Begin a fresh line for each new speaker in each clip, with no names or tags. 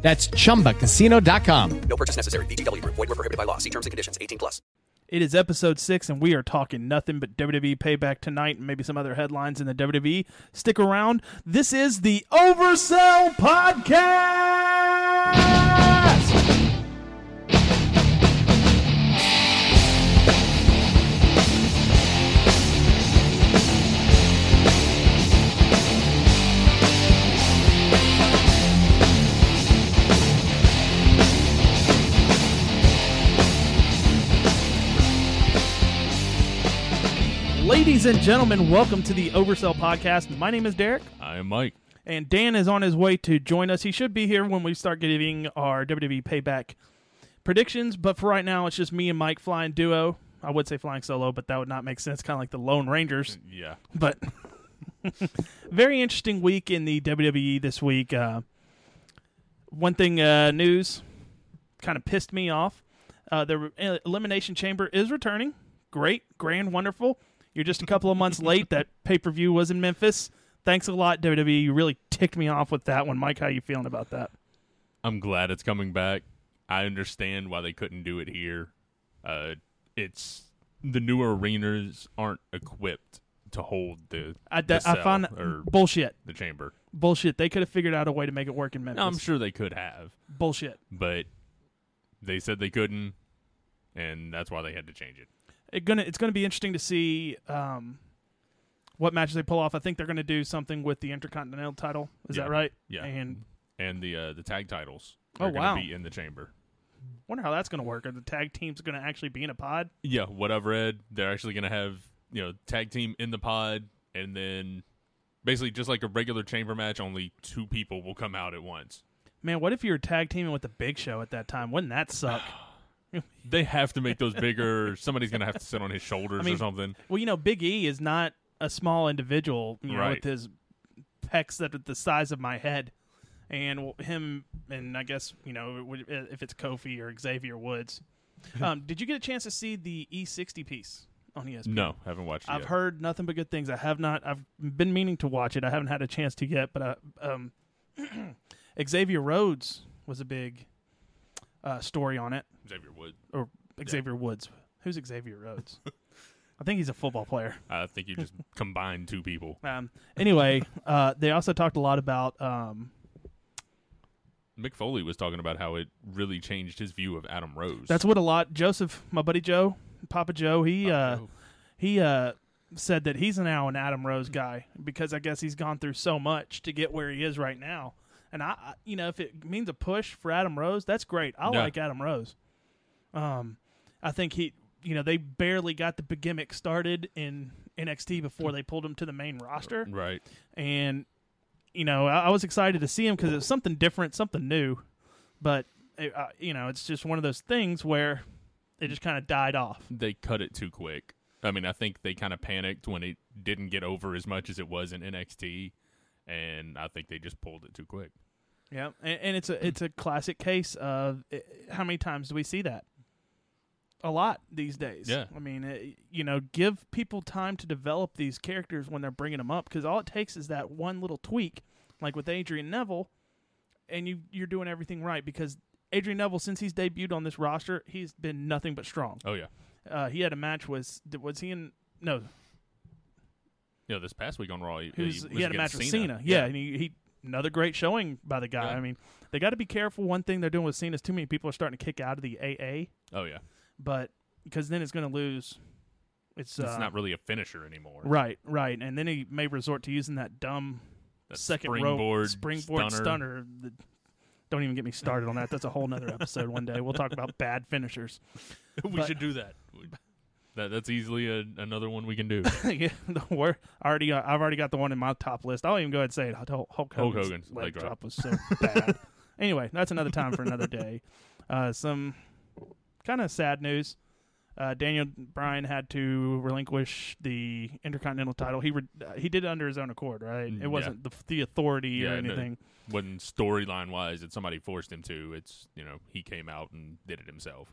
That's chumbacasino.com.
No purchase necessary. VGW Group. Void were prohibited by law. See terms and conditions. 18 plus.
It is episode six, and we are talking nothing but WWE payback tonight and maybe some other headlines in the WWE. Stick around. This is the Oversell Podcast. Ladies and gentlemen, welcome to the Oversell Podcast. My name is Derek,
I am Mike.
and Dan is on his way to join us. He should be here when we start giving our WWE payback predictions, but for right now, it's just me and Mike flying duo. I would say flying solo, but that would not make sense. Kind of like the Lone Rangers.
Yeah.
but very interesting week in the WWE this week. Uh, one thing uh, news kind of pissed me off. Uh, the re- Elimination Chamber is returning. Great, grand, wonderful. You're just a couple of months late. That pay per view was in Memphis. Thanks a lot, WWE. You really ticked me off with that one, Mike. How you feeling about that?
I'm glad it's coming back. I understand why they couldn't do it here. Uh, it's the newer arenas aren't equipped to hold the
I,
the
I
cell
find
or
bullshit.
the chamber.
Bullshit. They could have figured out a way to make it work in Memphis.
No, I'm sure they could have,
Bullshit.
but they said they couldn't, and that's why they had to change it.
it gonna it's gonna be interesting to see um, what matches they pull off. I think they're gonna do something with the Intercontinental title. Is
Yeah.
that right?
Yeah.
And
And the uh, the tag titles
Oh,
are
wow.
going to be in the chamber.
wonder how that's gonna work. Are the tag teams gonna actually be in a pod?
Yeah, what I've read, they're actually going to have you know tag team in the pod, and then basically just like a regular chamber match, only two people will come out at once.
Man, what if you were tag teaming with the Big Show at that time? Wouldn't that suck?
They have to make those bigger. Somebody's going to have to sit on his shoulders
I mean,
or something.
well, you know, Big E is not a small individual. You know,
Right.
with his pecs that are the size of my head, and w- him, and I guess you know w- if it's Kofi or Xavier Woods. um, did you get a chance to see the E60 piece on E ESPN?
No, haven't watched. It
I've
yet.
heard nothing but good things. I have not. I've been meaning to watch it. I haven't had a chance to yet. But I, um, Xavier Rhodes was a big uh, story on it,
Xavier Wood.
or Xavier Woods. Who's Xavier Rhodes? I think he's a football player.
I think you just combined two people.
Um, anyway, uh, they also talked a lot about. Um,
Mick Foley was talking about how it really changed his view of Adam Rose.
that's what a lot. Joseph, my buddy Joe, Papa Joe, he uh,
Joe.
he uh, said that he's now an Adam Rose guy because I guess he's gone through so much to get where he is right now. And I, I you know, if it means a push for Adam Rose, that's great. I
Yeah.
like Adam Rose. Um, I think he, you know, they barely got the gimmick started in NXT
Mm.
before they pulled him to the main roster
right.
and you know I, I was excited to see him because it was something different, something new. But it, uh, you know, it's just one of those things where it just kind of died off.
They cut it too quick. I mean, I think they kind of panicked when it didn't get over as much as it was in NXT, and I think they just pulled it too quick.
Yeah, and, and it's a it's a classic case of eh, how many times do we see that? A lot these days.
Yeah.
I mean, eh, you know, give people time to develop these characters when they're bringing them up because all it takes is that one little tweak, like with Adrian Neville, and you you're doing everything right because Adrian Neville, since he's debuted on this roster, he's been nothing but strong.
Oh yeah.
Uh, he had a match was was he in no
Yeah, this past week on Raw, he,
he,
he
was,
was
he had a match
against
with Cena. Yeah, and he, he another great showing by the guy.
Yeah.
I mean, they got to be careful. One thing they're doing with Cena is too many people are starting to kick out of the AA,
Oh yeah,
but because then it's going to lose. It's,
it's
uh,
not really a finisher anymore.
right, right, and then he may resort to using that dumb
That
second row
springboard
springboard
stunner.
stunner. that- don't even get me started on that. That's a whole nother episode one day. We'll talk about bad finishers.
we
But-
should do that. We- that that's easily a, another one we can do.
yeah, the wor- I already got, I've already got the one in my top list. I'll even go ahead and say it. Hulk Hogan's,
Hogan's uh,
leg
leg
drop.
drop.
was so bad. anyway, that's another time for another day. Uh, some kind of sad news. Uh, Daniel Bryan had to relinquish the Intercontinental title. He re- uh, he did it under his own accord, right?
Mm, yeah.
It wasn't the, the authority or
Yeah, no.
anything.
When storyline wise, that somebody forced him to. It's you know he came out and did it himself.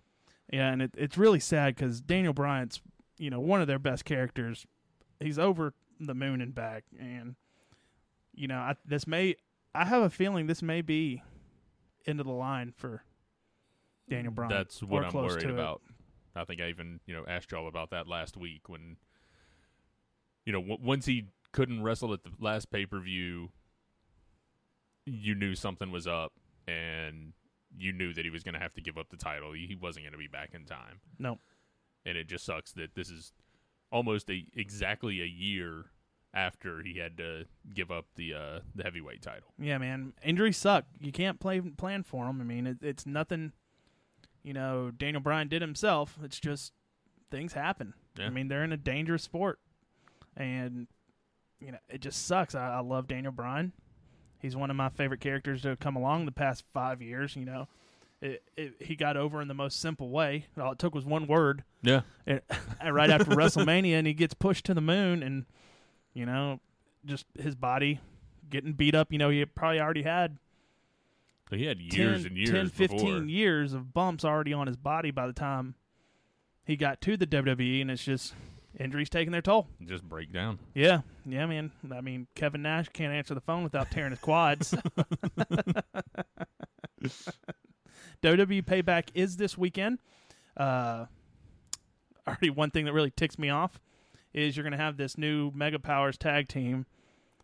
Yeah, and it, it's really sad because Daniel Bryant's you know one of their best characters. He's over the moon and back, and you know I, this may I have a feeling this may be end of the line for Daniel Bryan.
That's
or
what I'm
Uh, close
worried
to it.
about. I think I even you know asked y'all about that last week when you know w- once he couldn't wrestle at the last pay per view, you knew something was up, and you knew that he was going to have to give up the title. He he wasn't going to be back in time,
No,
and it just sucks that this is almost a exactly a year after he had to give up the uh, the heavyweight title.
yeah, man, injuries suck. You can't play plan for them. I mean, it, it's nothing. You know, Daniel Bryan did himself. It's just things happen.
Yeah.
I mean, they're in a dangerous sport, and you know it just sucks. I, I love Daniel Bryan. He's one of my favorite characters to come along the past five years. You know, it, it, he got over in the most simple way. All it took was one word,
Yeah,
and, and right after WrestleMania, and he gets pushed to the moon, and you know, just his body getting beat up. You know, he probably already had
so he had
10,
years and years
10 15
before.
years of bumps already on his body by the time he got to the WWE, and it's just injuries taking their toll.
Just break down.
Yeah, yeah, man. I mean, Kevin Nash can't answer the phone without tearing his quads. WWE E Payback is this weekend. Uh, already, one thing that really ticks me off is you're going to have this new Mega Powers tag team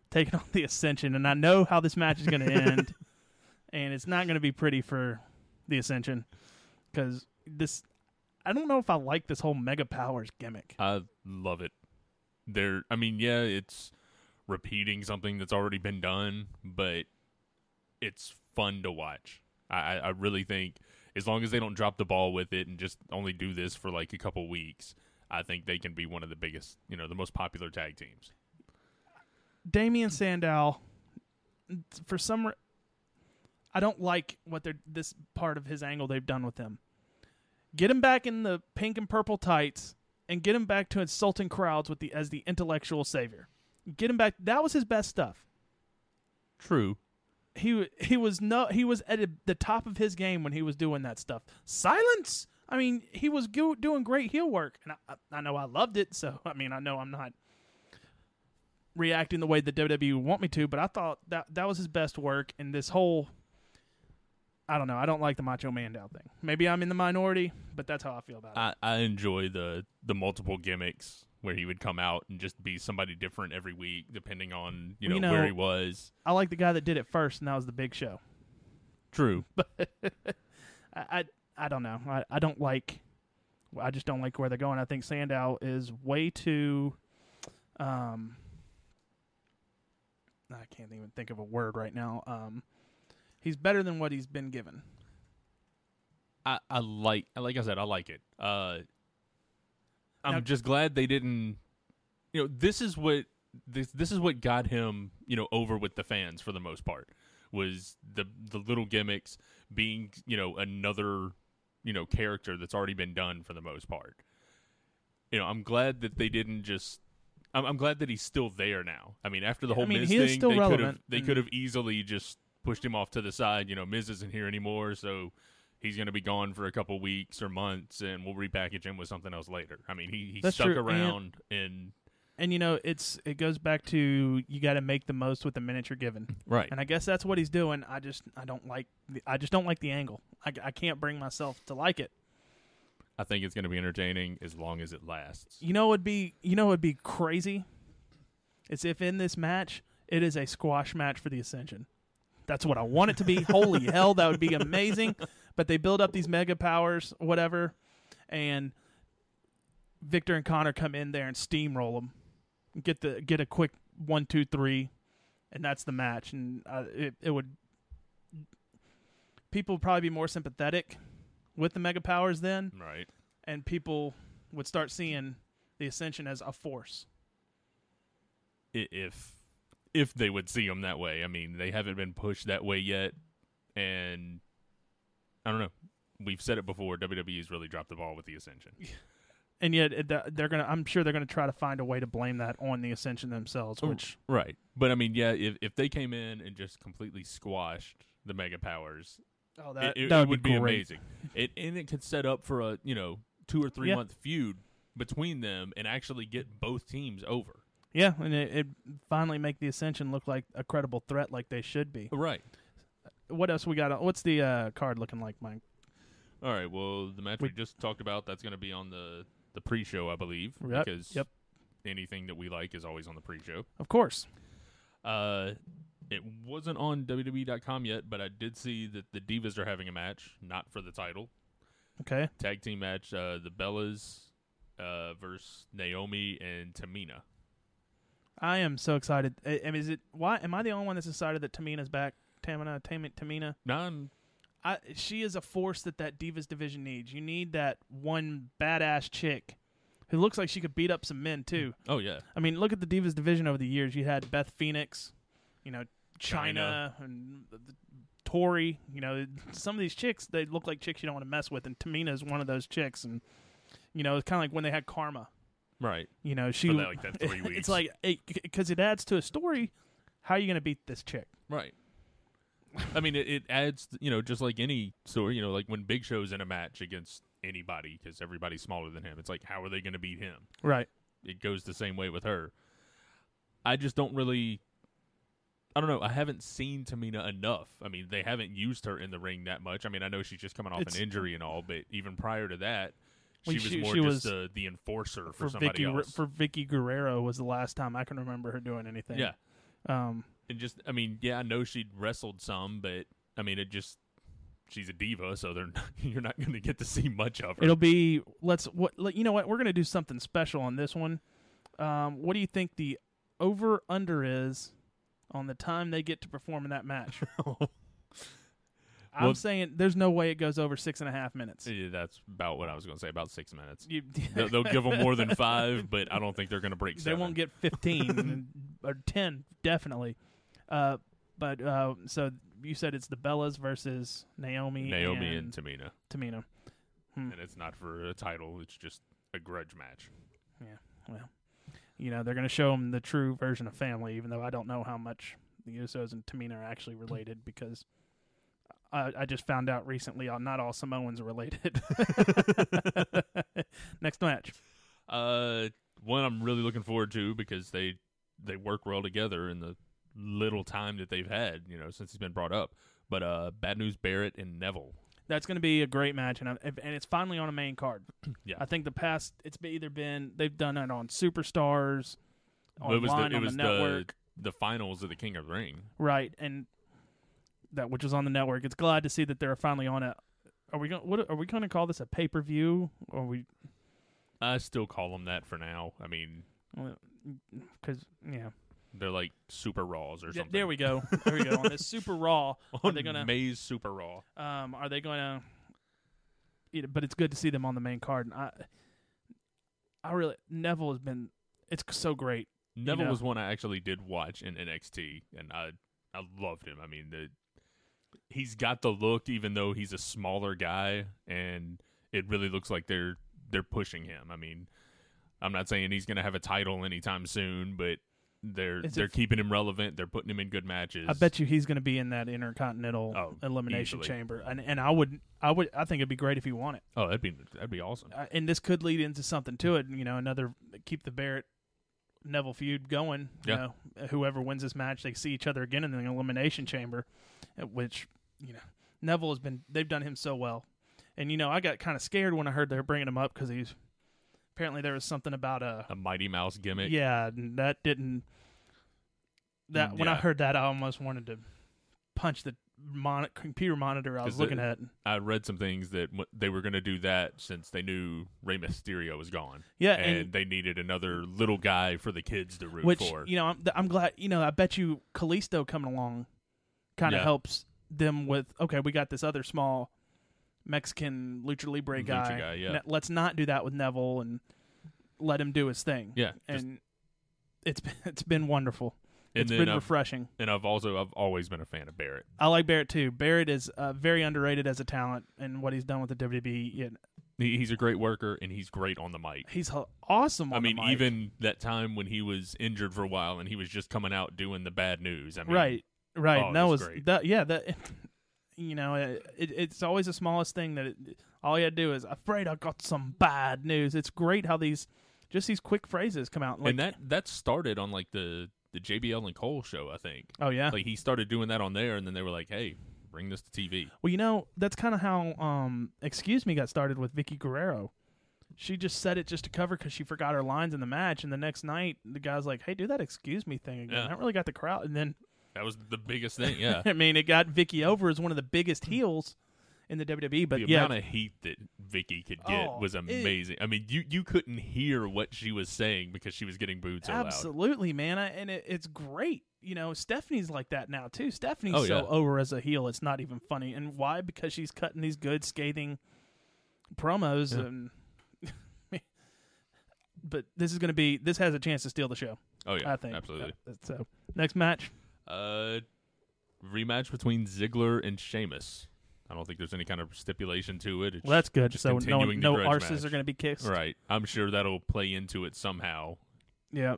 taking on the Ascension, and I know how this match is going to end, and it's not going to be pretty for the Ascension because this. I don't know if I like this whole Mega Powers gimmick.
I love it. There, I mean, yeah, it's repeating something that's already been done, but it's fun to watch. I, I I really think as long as they don't drop the ball with it and just only do this for like a couple weeks, I think they can be one of the biggest, you know, the most popular tag teams.
Damian Sandow, for some, re- I don't like what they're this part of his angle they've done with him. Get him back in the pink and purple tights, and get him back to insulting crowds with the as the intellectual savior. Get him back. That was his best stuff.
True.
He he was no he was at the top of his game when he was doing that stuff. Silence. I mean, he was go- doing great heel work, and I- I, I know I loved it. So I mean, I know I'm not reacting the way the WWE would E want me to, but I thought that that was his best work in this whole. I don't know. I don't like the Macho Mandow thing. Maybe I'm in the minority, but that's how I feel about it.
I, I enjoy the the multiple gimmicks where he would come out and just be somebody different every week, depending on you know,
You know-
where he was.
I like the guy that did it first, and that was the Big Show.
True.
I I, I don't know. I, I don't like. I just don't like where they're going. I think Sandow is way too. Um, I can't even think of a word right now. Um, he's better than what he's been given.
I, I like like I said, I like it. Uh I'm
Now-
just glad they didn't you know, this is what this this is what got him, you know, over with the fans for the most part was the the little gimmicks being, you know, another, you know, character that's already been done for the most part. You know, I'm glad that they didn't just I'm, I'm glad that he's still there now. I mean, after the whole
I mean,
Miz
he is
thing,
still
they could have
relevant,
they
and-
could have easily just pushed him off to the side. You know, Miz isn't here anymore, so he's going to be gone for a couple weeks or months, and we'll repackage him with something else later. I mean, he, he
That's
stuck
true, and-
around, and,
And you know, it's it goes back to you got to make the most with the minute you're given.
right,
And I guess that's what he's doing. I just I don't like the, I just don't like the angle. I, I can't bring myself to like it.
I think it's going to be entertaining as long as it lasts.
You know, it'd be you know, it'd be crazy. It's if in this match it is a squash match for the Ascension. That's what I want it to be. Holy hell, that would be amazing. But they build up these mega powers, whatever, and Victor and Connor come in there and steamroll them, get the get a quick one, two, three, and that's the match. And uh, it it would people would probably be more sympathetic with the mega powers then
Right,
and people would start seeing the ascension as a force.
I- if if they would see him that way, I mean, they haven't been pushed that way yet, and I don't know. We've said it before. WWE's really dropped the ball with the Ascension.
and yet it- that- they're gonna. I'm sure they're gonna try to find a way to blame that on the Ascension themselves. Which oh,
Right. But I mean, yeah, if, if they came in and just completely squashed the mega powers,
oh,
it,
that,
it-
that
it would be,
great.
amazing. It and it could set up for a, you know, two or three
Yeah.
month feud between them and actually get both teams over.
Yeah, and it, it finally make the Ascension look like a credible threat, like they should be.
Right.
What else we got? on- What's the uh, card looking like, Mike?
All right. Well, the match we,
We-
just talked about that's going to be on the the pre-show, I believe,
Yep,
because
yep.
anything that we like is always on the pre-show.
Of course.
Uh, it wasn't on WWE.com yet, but I did see that the Divas are having a match, not for the title
Okay.
tag team match. Uh, the Bellas uh, versus Naomi and Tamina.
I am so excited. I, I mean, is it why am I the only one that's excited that Tamina's back? Tamina, Tamina, Tamina.
Now I'm
I, she is a force that that divas division needs. You need that one badass chick who looks like she could beat up some men too.
oh yeah,
I mean, look at the divas division over the years. You had Beth Phoenix, you know, China, and the, the, Tori. You know, some of these chicks they look like chicks you don't want to mess with, and Tamina is one of those chicks. And you know, it's kind of like when they had Karma.
right.
You know, she
For that, like, that three
It's
weeks.
like because it adds to a story. How are you going to beat this chick?
Right. I mean, it, it adds, you know, just like any story, you know, like when Big Show's in a match against anybody because everybody's smaller than him. It's like, how are they going to beat him?
Right.
It goes the same way with her. I just don't really. I don't know. I haven't seen Tamina enough. I mean, they haven't used her in the ring that much. I mean, I know she's just coming off
It's-
an injury and all, but even prior to that,
Well,
she, was
she-
more
she
just
was-
the, the enforcer for,
For Vicky,
somebody else.
for Vicky Guerrero was the last time I can remember her doing anything.
yeah,
Um.
and just I mean, yeah, I know she wrestled some, but I mean, it just she's a diva, so they're not, you're not going to get to see much of her.
It'll be let's what let, you know what we're gonna do something special on this one. Um, what do you think the over under is on the time they get to perform in that match? I'm
Well-
saying there's no way it goes over six and a half minutes.
Yeah, that's about what I was going to say. About six minutes.
You,
They'll, they'll give them more than five, but I don't think they're going to break.
they
Seven.
won't get 15 or 10 definitely. Uh, but uh, so you said it's the Bellas versus Naomi,
Naomi and, Tamina,
Tamina.
and it's not for a title. It's just a grudge match.
Yeah. Well, you know, they're going to show them the true version of family, even though I don't know how much the Usos and Tamina are actually related because I, I just found out recently uh, not all Samoans are related. Next match.
Uh, one I'm really looking forward to because they they work well together in the little time that they've had, you know, since he's been brought up. But uh, Bad News Barrett and Neville.
That's going to be a great match, and I, if- and it's finally on a main card.
Yeah.
I think the past it's be- either been they've done it on Superstars,
Well,
online on the network,
The, the finals of the King of the Ring.
right? And that which was on the network. It's glad to see that they're finally on a. Are we going? What are we going to call this a pay per view? Or we
I still call them that for now. I mean,
because yeah.
they're like Super Raws or
Yeah,
something.
there we go. There we go. on this Super Raw, are
On
they gonna?
May's Super Raw.
Um, are they gonna? You know, but it's good to see them on the main card, and I, I really Neville has been. It's so great.
Neville
know.
was one I actually did watch in NXT, and I I loved him. I mean, the he's got the look, even though he's a smaller guy, and it really looks like they're they're pushing him. I mean, I'm not saying he's going to have a title anytime soon, but they're
It's a
they're
f-
keeping him relevant. They're putting him in good matches.
I bet you he's going to be in that Intercontinental
Oh,
Elimination
easily.
Chamber, and and I would I would I think it'd be great if he won it,
Oh, that'd be that'd be awesome.
uh, and this could lead into something to it. You know, another keep the Barrett Neville feud going. You
Yeah.
know, whoever wins this match, they see each other again in the Elimination Chamber, uh, which you know Neville has been they've done him so well, and you know I got kind of scared when I heard they were bringing him up because he's apparently there was something about a
A Mighty Mouse gimmick.
yeah, and that didn't. That when I
Yeah.
heard that, I almost wanted to punch the mon- computer monitor I was
'Cause the-
looking at.
I read some things that w- they were going to do that since they knew Rey Mysterio was gone.
Yeah,
and,
and-
they needed another little guy for the kids to root
Which
for.
you know, I'm, I'm glad. You know, I bet you Callisto coming along kind of
Yeah.
helps them with. Okay, we got this other small Mexican lucha libre
Lucha
guy.
guy, yeah.
Ne- let's not do that with Neville and let him do his thing.
Yeah, just-
and it's been, it's been wonderful.
And
It's
then uh,
been
I've-
refreshing.
and I've also I've always been a fan of Barrett.
I like Barrett too. Barrett is uh, very underrated as a talent and what he's done with the WWE. Yet
He, he's a great worker and he's great on the mic.
He's h- awesome. On
I mean,
the mic.
even that time when he was injured for a while and he was just coming out doing the bad news. I mean,
right, right.
Oh,
And that
he's
was
great.
that. Yeah, that. You know, it, it, it's always the smallest thing that it, all you gotta do is afraid I got some bad news. It's great how these just these quick phrases come out. Like,
and that that started on like the the JBL and Cole show, I think.
oh yeah,
Like he started doing that on there, and then they were like, "Hey, bring this to TV."
Well, you know, that's kind of how um excuse me got started with Vicky Guerrero. She just said it just to cover because she forgot her lines in the match, and the next night the guy's like, "Hey, do that excuse me thing again."
Yeah.
That really got the crowd, and then
That was the biggest thing. Yeah,
I mean, it got Vicky over as one of the biggest heels in the WWE. But
Hmm. the
yeah,
amount of heat that Vicky could get
Oh,
was
it-
amazing. I mean, you you couldn't hear what she was saying because she was getting booed so loud.
absolutely, man, I, and it, it's great. You know, Stephanie's like that now too. Stephanie's
Oh,
so
yeah.
over as a heel, it's not even funny. And why? Because she's cutting these good scathing promos, and but this is going to be this has a chance to steal the show.
Oh yeah,
I think
absolutely.
Uh, so next match,
Uh, rematch between Ziggler and Sheamus. I don't think there's any kind of stipulation to it. It's
well, that's good.
just
So no
continuing the
no
grudge
arses
match.
are going to be kissed.
right. I'm sure that'll play into it somehow.
Yeah.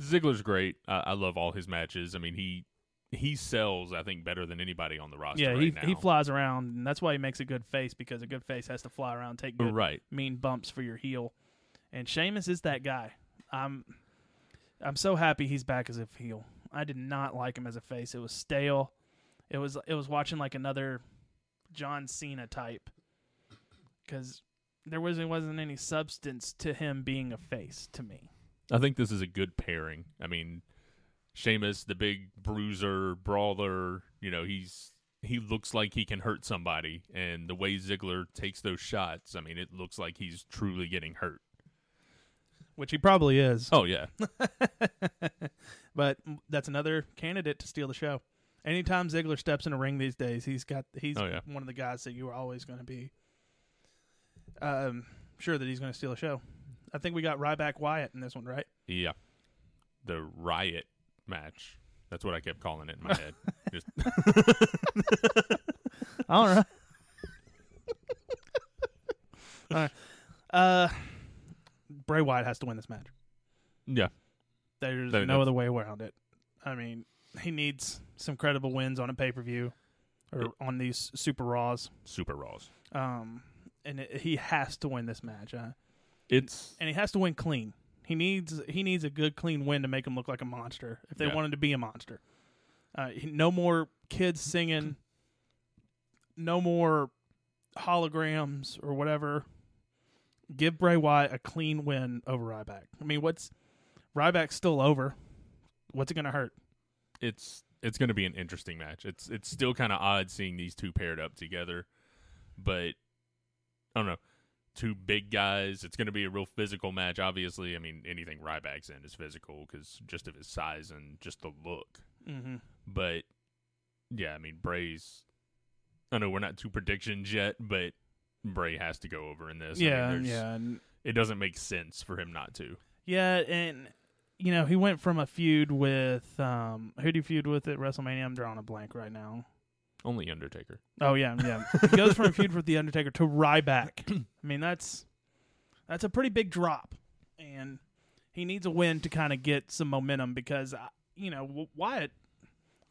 Ziggler's great. I, I love all his matches. I mean, he he sells. I think better than anybody on the roster.
Yeah,
right
he,
now.
he flies around, and that's why he makes a good face because a good face has to fly around, take good
Right.
mean bumps for your heel. And Sheamus is that guy. I'm I'm so happy he's back as a heel. I did not like him as a face. It was stale. It was it was watching like another John Cena type because there wasn't wasn't any substance to him being a face to me.
I think this is a good pairing. I mean, Sheamus, the big bruiser, brawler, you know, he's he looks like he can hurt somebody, and the way Ziggler takes those shots, I mean, it looks like he's truly getting hurt.
Which he probably is.
Oh yeah,
But that's another candidate to steal the show. Anytime Ziggler steps in a ring these days, he's got he's
Oh, yeah.
one of the guys that you are always going to be um, sure that he's going to steal a show. I think we got Ryback Wyatt in this one, right?
yeah. The riot match. That's what I kept calling it in my head. Just
All right. All right. Uh, Bray Wyatt has to win this match.
yeah,
There's
There it
no
is.
other way around it. I mean, he needs some credible wins on a pay per view or on these Super Raws.
super Raws.
Um, and it, he has to win this match, uh,
It's
and he has to win clean. He needs he needs a good clean win to make him look like a monster. If they
Yeah.
want him to be a monster, uh, he- no more kids singing, no more holograms or whatever. Give Bray Wyatt a clean win over Ryback. I mean, what's Ryback's still over? What's it going to hurt?
it's it's going to be an interesting match. It's it's still kind of odd seeing these two paired up together, but I don't know. Two big guys. It's going to be a real physical match. Obviously, I mean anything Ryback's in is physical because just of his size and just the look.
Mm-hmm.
But yeah, I mean Bray's. I know we're not two predictions yet, but Bray has to go over in this. I mean,
yeah,
there's-
yeah. and-
It doesn't make sense for him not to.
Yeah, and you know, he went from a feud with um who do you feud with at WrestleMania? I'm drawing a blank right now.
Only Undertaker.
Oh yeah, yeah. he goes from a feud with the Undertaker to Ryback. I mean, that's that's a pretty big drop, and he needs a win to kind of get some momentum because uh, you know W- Wyatt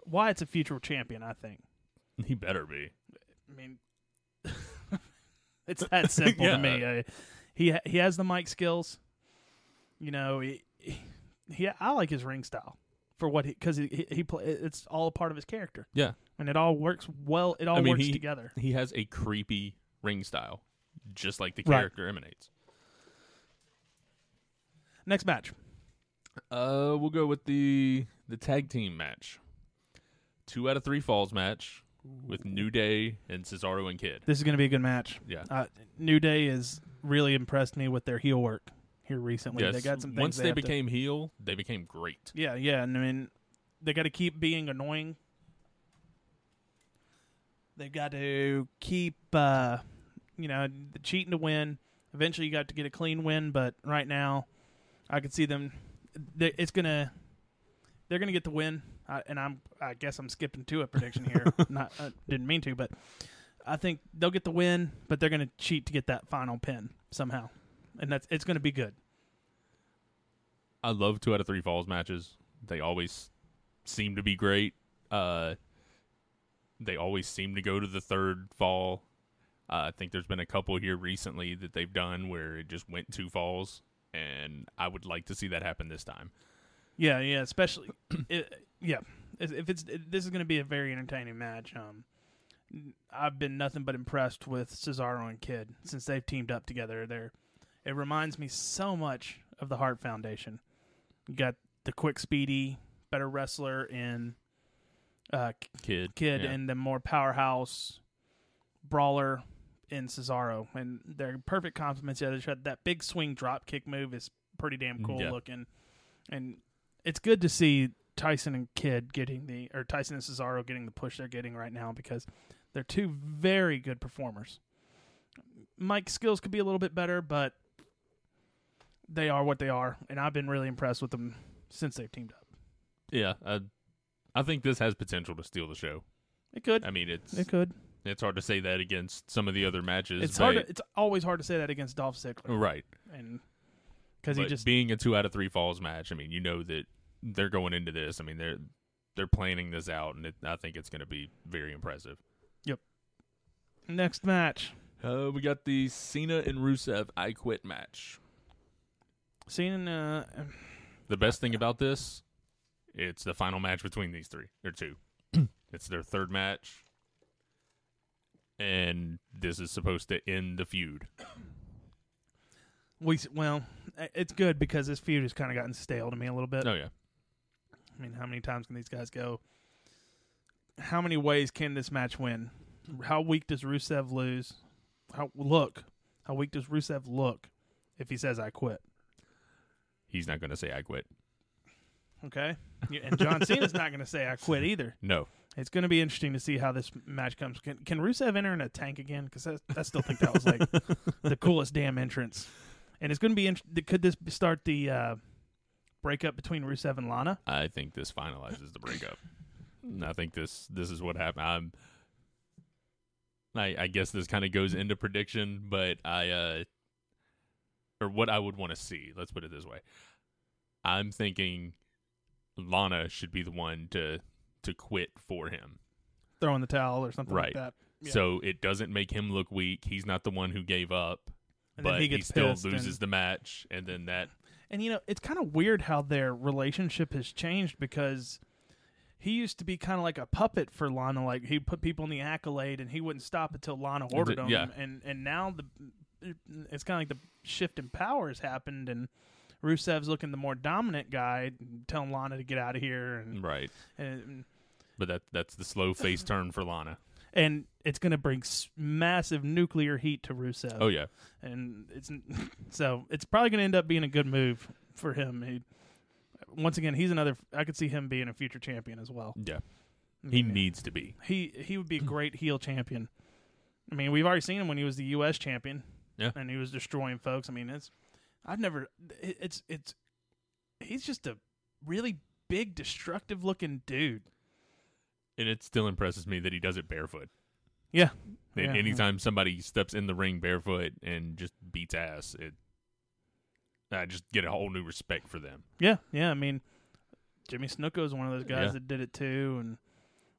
Wyatt's a future champion. I think.
He better be.
I mean, it's that simple to
Yeah.
me. I, he ha- he has the mic skills. You know, he, he I like his ring style for what because he, he he play, it's all a part of his character
Yeah.
and it all works well. It all
I mean,
works
he-
together.
He has a creepy ring style, just like the
Right.
character emanates.
Next match,
Uh, we'll go with the the tag team match. Two out of three falls match with New Day and Cesaro and Kid.
this is going to be a good match.
Yeah,
Uh, New Day has really impressed me with their heel work here recently.
yes.
They got some things
Once they
have to-
became heel, they became great.
Yeah, yeah, and I mean, they got to keep being annoying. They've got to keep, uh, you know, the cheating to win. Eventually, you got to get a clean win, but right now, I could see them. they- It's gonna, they're gonna get the win, I, and I'm. I guess I'm skipping to a prediction here. Not uh, didn't mean to, but I think they'll get the win, but they're going to cheat to get that final pin somehow, and that's it's going to be good.
I love two out of three falls matches. They always seem to be great. Uh, they always seem to go to the third fall. Uh, I think there's been a couple here recently that they've done where it just went two falls, and I would like to see that happen this time.
Yeah, yeah, especially it, yeah. If if it's this is going to be a very entertaining match. Um, I've been nothing but impressed with Cesaro and Kid since they've teamed up together. They're it reminds me so much of the Hart Foundation. You got the quick, speedy, better wrestler in uh,
Kid,
Kid,
yeah.
and the more powerhouse brawler in Cesaro, and they're perfect complements to each other. That big swing drop kick move is pretty damn cool
Mm, Yeah.
looking, and it's good to see Tyson and Kid getting the or Tyson and Cesaro getting the push they're getting right now because they're two very good performers. Mike's skills could be a little bit better, but they are what they are, and I've been really impressed with them since they've teamed up.
yeah. I, I think this has potential to steal the show.
It could,
I mean, it's
it could.
it's hard to say that against some of the other matches.
It's hard.
but-
To, it's always hard to say that against Dolph Ziggler.
right?
and because he
But
just
being a two out of three falls match, I mean, you know that they're going into this. I mean, they're they're planning this out, and it, I think it's going to be very impressive.
next match
Uh, we got the Cena and Rusev I Quit match.
Cena uh,
The best thing about this, it's the final match between these three or two. it's their third match, and this is supposed to end the feud.
we well it's good because this feud has kind of gotten stale to me a little bit.
Oh yeah,
I mean, how many times can these guys go? How many ways can this match win? How weak does Rusev lose? How look? How weak does Rusev look if he says I quit?
he's not going to say I quit.
Okay, Yeah, and John Cena's not going to say I quit either.
No,
It's going to be interesting to see how this match comes. Can, can Rusev enter in a tank again? Because I, I still think that was like the coolest damn entrance. And it's going to be interesting. Could this start the uh, breakup between Rusev and Lana?
I think this finalizes the breakup. And I think this this is what happened. I'm, I I guess this kind of goes into prediction, but I uh, or what I would want to see. Let's put it this way. I'm thinking Lana should be the one to to quit for him,
Throw in the towel or something
Right.
like that. Yeah.
so it doesn't make him look weak. He's not the one who gave up,
And then
but
he
he,
gets
still
pissed
loses
and-
the match, and then that
And you know, it's kind of weird how their relationship has changed because he used to be kind of like a puppet for Lana. Like he put people in the accolade, and he wouldn't stop until Lana ordered him.
yeah.
And and now the it's kind of like the shift in power has happened, and Rusev's looking the more dominant guy, telling Lana to get out of here, and
right.
and,
But that that's the slow face turn for Lana.
and it's going to bring s- massive nuclear heat to Rusev.
Oh yeah.
and it's so it's probably going to end up being a good move for him. He, once again, he's another. I could see him being a future champion as well.
Yeah. He needs to be.
He he would be a great heel champion. I mean, we've already seen him when he was the U.S. champion.
Yeah.
and he was destroying folks. I mean, it's I've never. it- It's it's he's just a really big, destructive looking dude.
And it still impresses me that he does it barefoot.
Yeah.
And
Yeah.
anytime somebody steps in the ring barefoot and just beats ass, it I just get a whole new respect for them.
Yeah, yeah. I mean, Jimmy Snuka is one of those guys
Yeah.
that did it too, and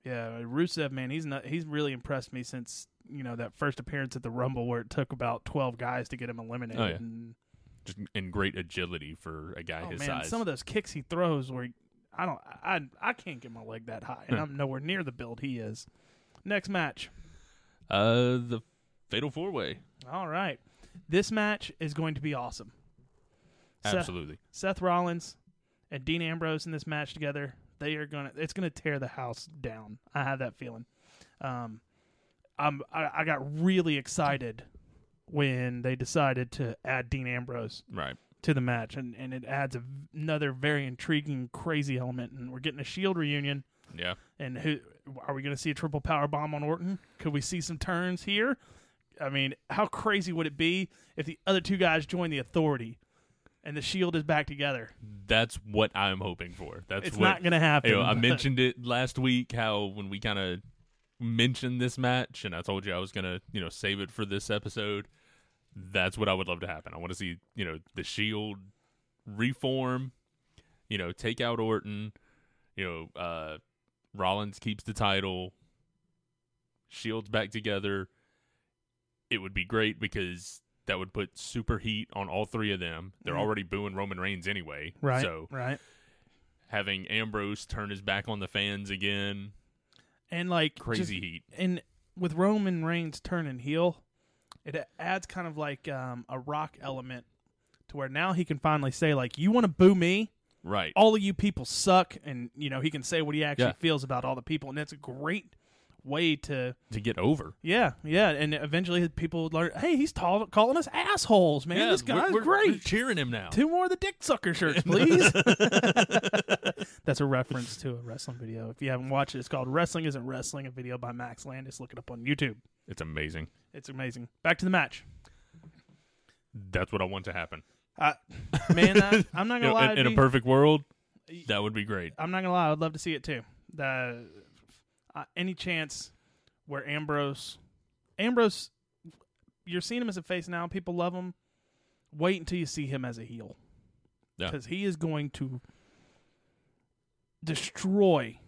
yeah, Rusev, man, he's not. He's really impressed me since you know that first appearance at the Rumble where it took about twelve guys to get him eliminated.
Oh, yeah.
and,
Just and great agility for a guy
oh, man,
his size.
some of those kicks he throws where I don't, I, I can't get my leg that high, and
Huh.
I'm nowhere near the build he is. Next match.
uh the Fatal Four Way.
All right, this match is going to be awesome. Seth-
Absolutely.
Seth Rollins and Dean Ambrose in this match together, they are gonna it's gonna tear the house down. I have that feeling. Um, I'm I, I got really excited when they decided to add Dean Ambrose
Right.
to the match, and and it adds a, another very intriguing, crazy element. And we're getting a Shield E reunion.
Yeah.
And who are we gonna see a triple power bomb on Orton? Could we see some turns here? I mean, how crazy would it be if the other two guys join the Authority? And the shield E is back together.
That's what I'm hoping for. That's
It's
what
not going to happen.
you know, I
but-
mentioned it last week how when we kind of mention this match, and I told you I was gonna, you know, save it for this episode. That's what I would love to happen. I want to see, you know, the Shield reform, you know, take out Orton, you know, uh, Rollins keeps the title, Shields back together. It would be great because that would put super heat on all three of them. They're already booing Roman Reigns anyway,
Right.
So
Right.
having Ambrose turn his back on the fans again,
And like
crazy
just-
heat.
and with Roman Reigns turning heel, it adds kind of like um, a rock element to where now he can finally say like, "You want to boo me?
Right.
All of you people suck." And you know he can say what he actually
Yeah.
feels about all the people, and that's a great way to
to get over.
yeah yeah. And eventually people would learn, "Hey, he's tall, calling us assholes, man. this guy's
we're,
great."
We're cheering him now.
Two more of the dick sucker shirts, please. That's a reference to a wrestling video. If you haven't watched it, it's called Wrestling Isn't Wrestling, a video by Max Landis. Look it up on YouTube.
It's amazing.
It's amazing. Back to the match.
That's what I want to happen.
I, Uh, man, I, I'm not
You
gonna
know,
lie.
in, in a
dude.
perfect world, that would be great.
I'm not gonna lie. I'd love to see it too. The uh, any chance where Ambrose, Ambrose, you're seeing him as a face now. People love him. Wait until you see him as a heel,
Yeah.
because he is going to destroy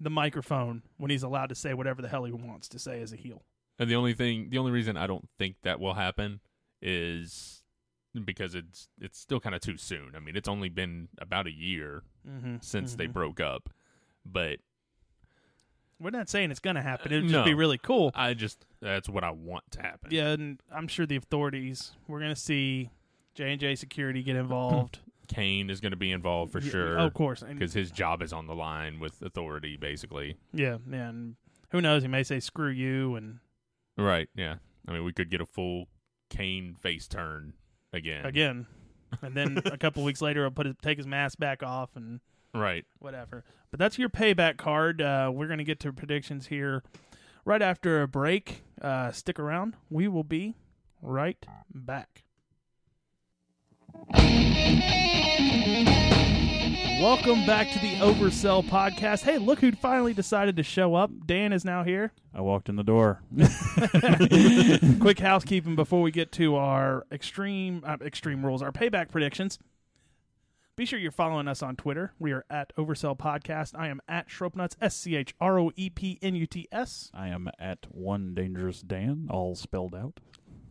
the microphone when he's allowed to say whatever the hell he wants to say as a heel.
And the only thing, the only reason I don't think that will happen is because it's it's still kind of too soon. I mean, it's only been about a year since
Mm-hmm.
they broke up, but
We're not saying it's gonna happen. It would just
No.
be really cool.
I just that's what I want to happen.
Yeah, and I'm sure the authorities. We're gonna see J and J security get involved.
Kane is going to be involved for
Yeah,
sure.
of course, and-
because his job is on the line with authority, basically.
yeah, yeah, and who knows? He may say "screw you" and
Right. Yeah. I mean, we could get a full Kane face turn again.
again, and then a couple weeks later, he'll put his, take his mask back off and
Right.
whatever. But that's your payback card. Uh, we're gonna get to predictions here right after a break. Uh, stick around. We will be right back. Welcome back to the Oversell podcast. Hey, look who finally decided to show up. Dan is now here.
I walked in the door.
Quick housekeeping before we get to our extreme uh, extreme rules, our payback predictions. Be sure you're following us on Twitter. We are at Oversell Podcast. I am at Shropenuts, S C H R O E P N U T S.
I am at one dangerous Dan, all spelled out.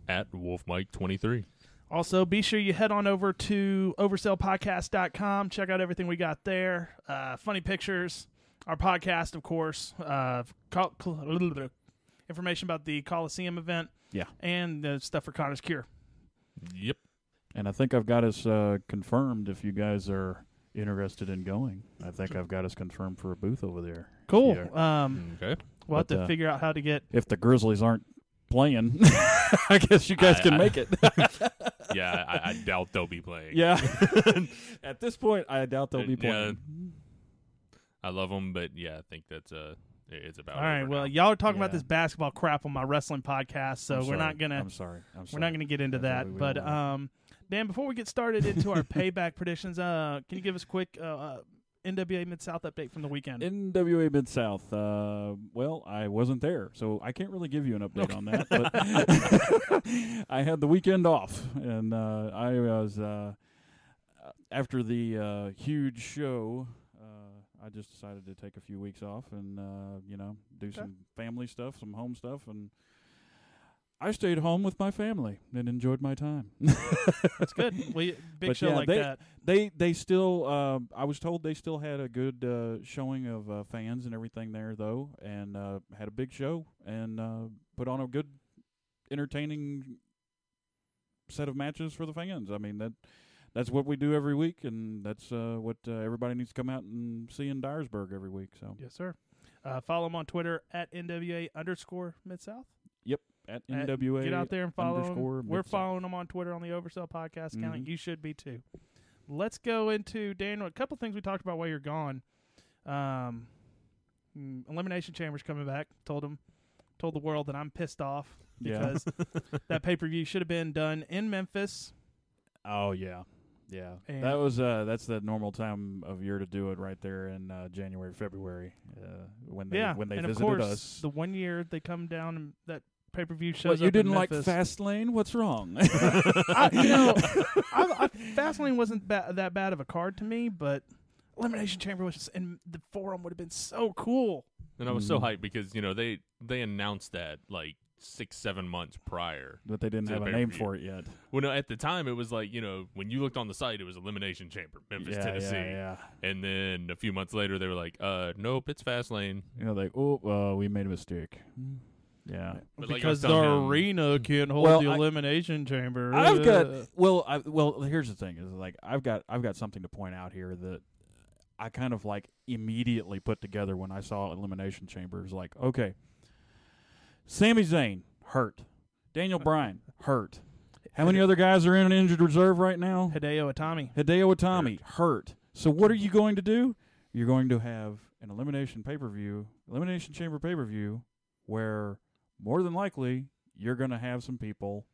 At Wolf Mike 23.
Also, be sure you head on over to oversellpodcast.com. Check out everything we got there. Uh, funny pictures, our podcast, of course, uh, col- cl- information about the Coliseum event,
Yeah.
and the stuff for Connor's Cure.
Yep.
And I think I've got us uh, confirmed if you guys are interested in going. I think I've got us confirmed for a booth over there. if
Cool.
you are.
Um,
Okay.
We'll have
But,
to
uh,
figure out how to get.
If the Grizzlies aren't playing, I guess you guys
I-
can
I-
make it.
Yeah. I, I doubt they'll be playing.
yeah. At this point, I doubt they'll be
Yeah.
playing.
I love them, but yeah, I think that's uh, it- it's about.
All right.
over
Well,
now.
y'all are talking about
Yeah.
this basketball crap on my wrestling podcast, so
I'm
we're
sorry.
not gonna
I'm sorry. I'm
we're
sorry.
not gonna get into that.
That's what we
But
want.
um, Dan, before we get started into our payback predictions, uh, can you give us a quick uh, uh NWA Mid South update from the weekend?
NWA Mid South. Uh, well, I wasn't there, so I can't really give you an update on that. But I had the weekend off, and uh, I was uh, after the uh, huge show. Uh, I just decided to take a few weeks off and uh, you know do some family stuff, some home stuff, and I stayed home with my family and enjoyed my time.
That's good. We big
But
show
yeah,
like
they-
that.
they they still uh, I was told they still had a good uh, showing of uh, fans and everything there though, and uh, had a big show and uh, put on a good, entertaining set of matches for the fans. I mean that that's what we do every week, and that's uh, what uh, everybody needs to come out and see in Dyersburg every week. So
Yes, sir. Uh, follow them on Twitter at NWA underscore Mid South.
at
At-
NWA,
Get out there and follow 'em.
underscore
We're
Mid-South.
following them on Twitter on the Oversell Podcast County.
Mhm.
You should be too. Let's go into Dan. A couple things we talked about while you're gone. Um, mm, Elimination Chamber's coming back. Told him, told the world that I'm pissed off
Yeah.
because that pay per view should have been done in Memphis.
Oh yeah, Yeah,
And-
that was uh, that's the normal time of year to do it right there in uh, January, February, uh, when they
yeah,
when they
and
visited
of course,
us.
the one year they come down and that pay per view shows
What, you
up in
didn't like
Memphis.
Fastlane? What's wrong?
I, you know, I, I, Fastlane wasn't ba- that bad of a card to me, but Elimination Chamber was, just, and the forum would have been so cool.
And I was so hyped because you know they they announced that like six seven months prior.
but they didn't
To the
have a name
pay-per-view.
for it yet.
When at the time it was like you know when you looked on the site it was Elimination Chamber, Memphis,
yeah,
Tennessee,
yeah, yeah.
and then a few months later they were like, uh, nope, it's Fastlane.
You know, like oh, uh, we made a mistake. Yeah,
But like I was telling him-
can't hold
Well, I-
Elimination Chamber. Uh,
I've got
Ugh.
Uh, well, I, well. Here's the thing: is like I've got I've got something to point out here that I kind of like immediately put together when I saw Elimination Chambers. Like, okay, Sami Zayn hurt, Daniel Bryan hurt. How many other guys are in injured reserve right now?
Hideo Itami.
Hideo Itami hurt. So what are you going to do? You're going to have an elimination pay per view, elimination chamber pay per view, where more than likely you're going to have some people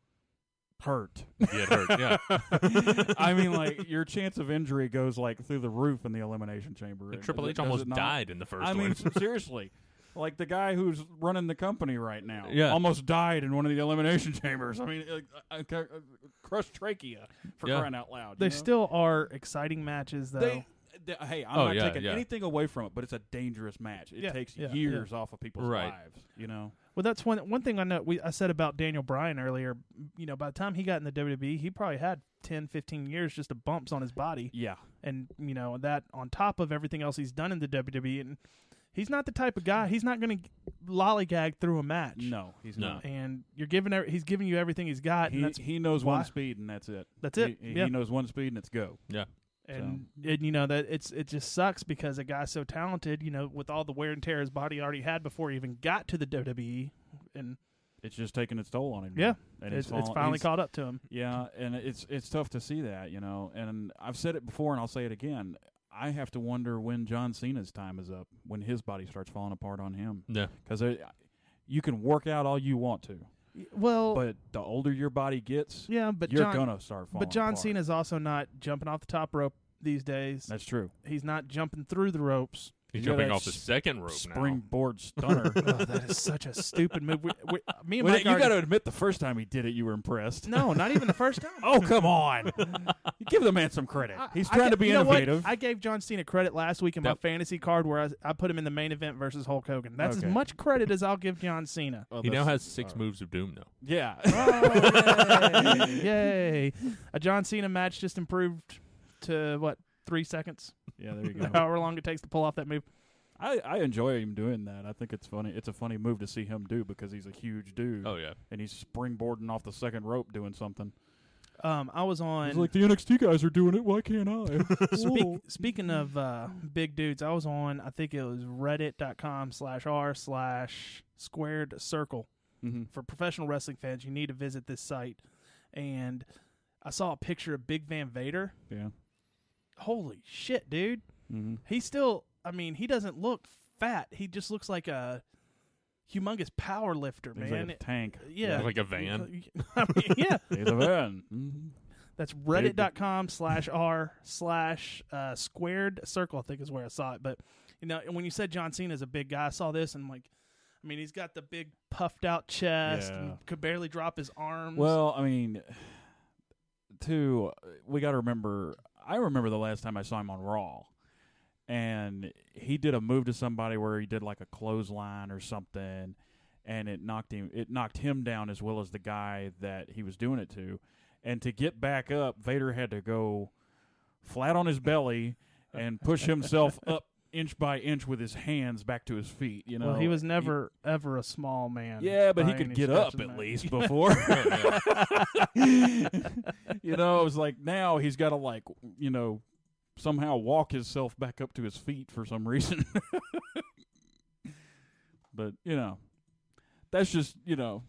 hurt.
Yeah, it hurt. Yeah,
I mean, like your chance of injury goes like through the roof in the elimination chamber.
And Triple
Does it-
H
does
almost
it not?
died in the first
I
one.
mean, seriously, like the guy who's running the company right now,
Yeah.
almost died in one of the elimination chambers. I mean, like, I, I, I- crushed trachea for
Yeah.
crying out loud.
They
you know?
still are exciting matches, though.
They, they- hey, I'm
Oh,
not
yeah,
taking
yeah.
anything away from it, but it's a dangerous match. It
Yeah,
takes
yeah,
years off of people's
Right.
lives. You know,
well, that's one one thing I know. We, I said about Daniel Bryan earlier. You know, by the time he got in the WWE, he probably had 10, 15 years just of bumps on his body,
yeah,
and you know that on top of everything else he's done in the WWE, and he's not the type of guy. He's not going to lollygag through a match.
no, he's
No.
not.
and you're giving every, he's giving you everything he's got,
He,
and that's
he knows
why-
one speed and that's it.
That's it,
He, he-
yeah.
he knows one speed and it's go.
yeah.
and, and you know that it's it just sucks because a guy so talented, you know, with all the wear and tear his body already had before he even got to the WWE, and
It's just taking its toll on him.
Yeah.
and he's
it's, it's
falling-
finally
he's-
caught up to him.
Yeah, and it's it's tough to see that, you know. And I've said it before, and I'll say it again. I have to wonder when John Cena's time is up, when his body starts falling apart on him,
Yeah.
because you can work out all you want to,
Well,
but the older your body gets,
yeah, but
you're
John,
gonna start falling.
but John
apart.
Cena's also not jumping off the top rope these days.
That's true.
He's not jumping through the ropes.
He's
You know
jumping
that
off the
sp-
second rope now.
Springboard stunner.
oh, that is such a stupid move. We, we, me and
Well,
Mike
you
already-
got to admit, the first time he did it, you were impressed.
no, not even the first time.
Oh come on! Give the man some credit.
I-
He's
I
trying
ga-
to be
you know what?
innovative.
I gave John Cena credit last week in my
Yep.
fantasy card where I, I put him in the main event versus Hulk Hogan. That's
Okay.
as much credit as I'll give John Cena.
Oh,
He now
that's-
has six moves of doom though.
Yeah.
Oh, yay. yay. A John Cena match just improved to what? Three seconds,
yeah. There you go.
however long it takes to pull off that move.
I, I enjoy him doing that. I think it's funny. It's a funny move to see him do because he's a huge dude
Oh yeah.
and he's springboarding off the second rope doing something.
Um, I was on.
He's like the NXT guys are doing it. Why can't I?
Speak, speaking of uh, big dudes, I was on, I think it was reddit.com slash r slash squared circle.
mm-hmm.
for professional wrestling fans, you need to visit this site. And I saw a picture of Big Van Vader.
Yeah.
Holy shit, dude.
Mm-hmm.
He's still, I mean, he doesn't look fat. He just looks like a humongous power lifter,
He's
man.
like a tank.
yeah.
Like a van.
I mean, yeah.
He's a man. Mhm.
That's reddit.com slash r slash uh, squared circle, I think is where I saw it. But, you know, and when you said John Cena's a big guy, I saw this and I'm like, I mean, he's got the big puffed out chest,
Yeah.
and could barely drop his arms.
Well, I mean, too, we got to remember. I remember the last time I saw him on Raw, and he did a move to somebody where he did like a clothesline or something, and it knocked him. It knocked him down as well as the guy that he was doing it to, and to get back up, Vader had to go flat on his belly and push himself up. Inch by inch with his hands back to his feet, you know.
Well, he was never ever a small man.
Yeah, but he
by
could
any
get
stretch
up
of the
at
ma-
least before. you know, it was like now he's got to like you know somehow walk himself back up to his feet for some reason. but you know, that's just you know,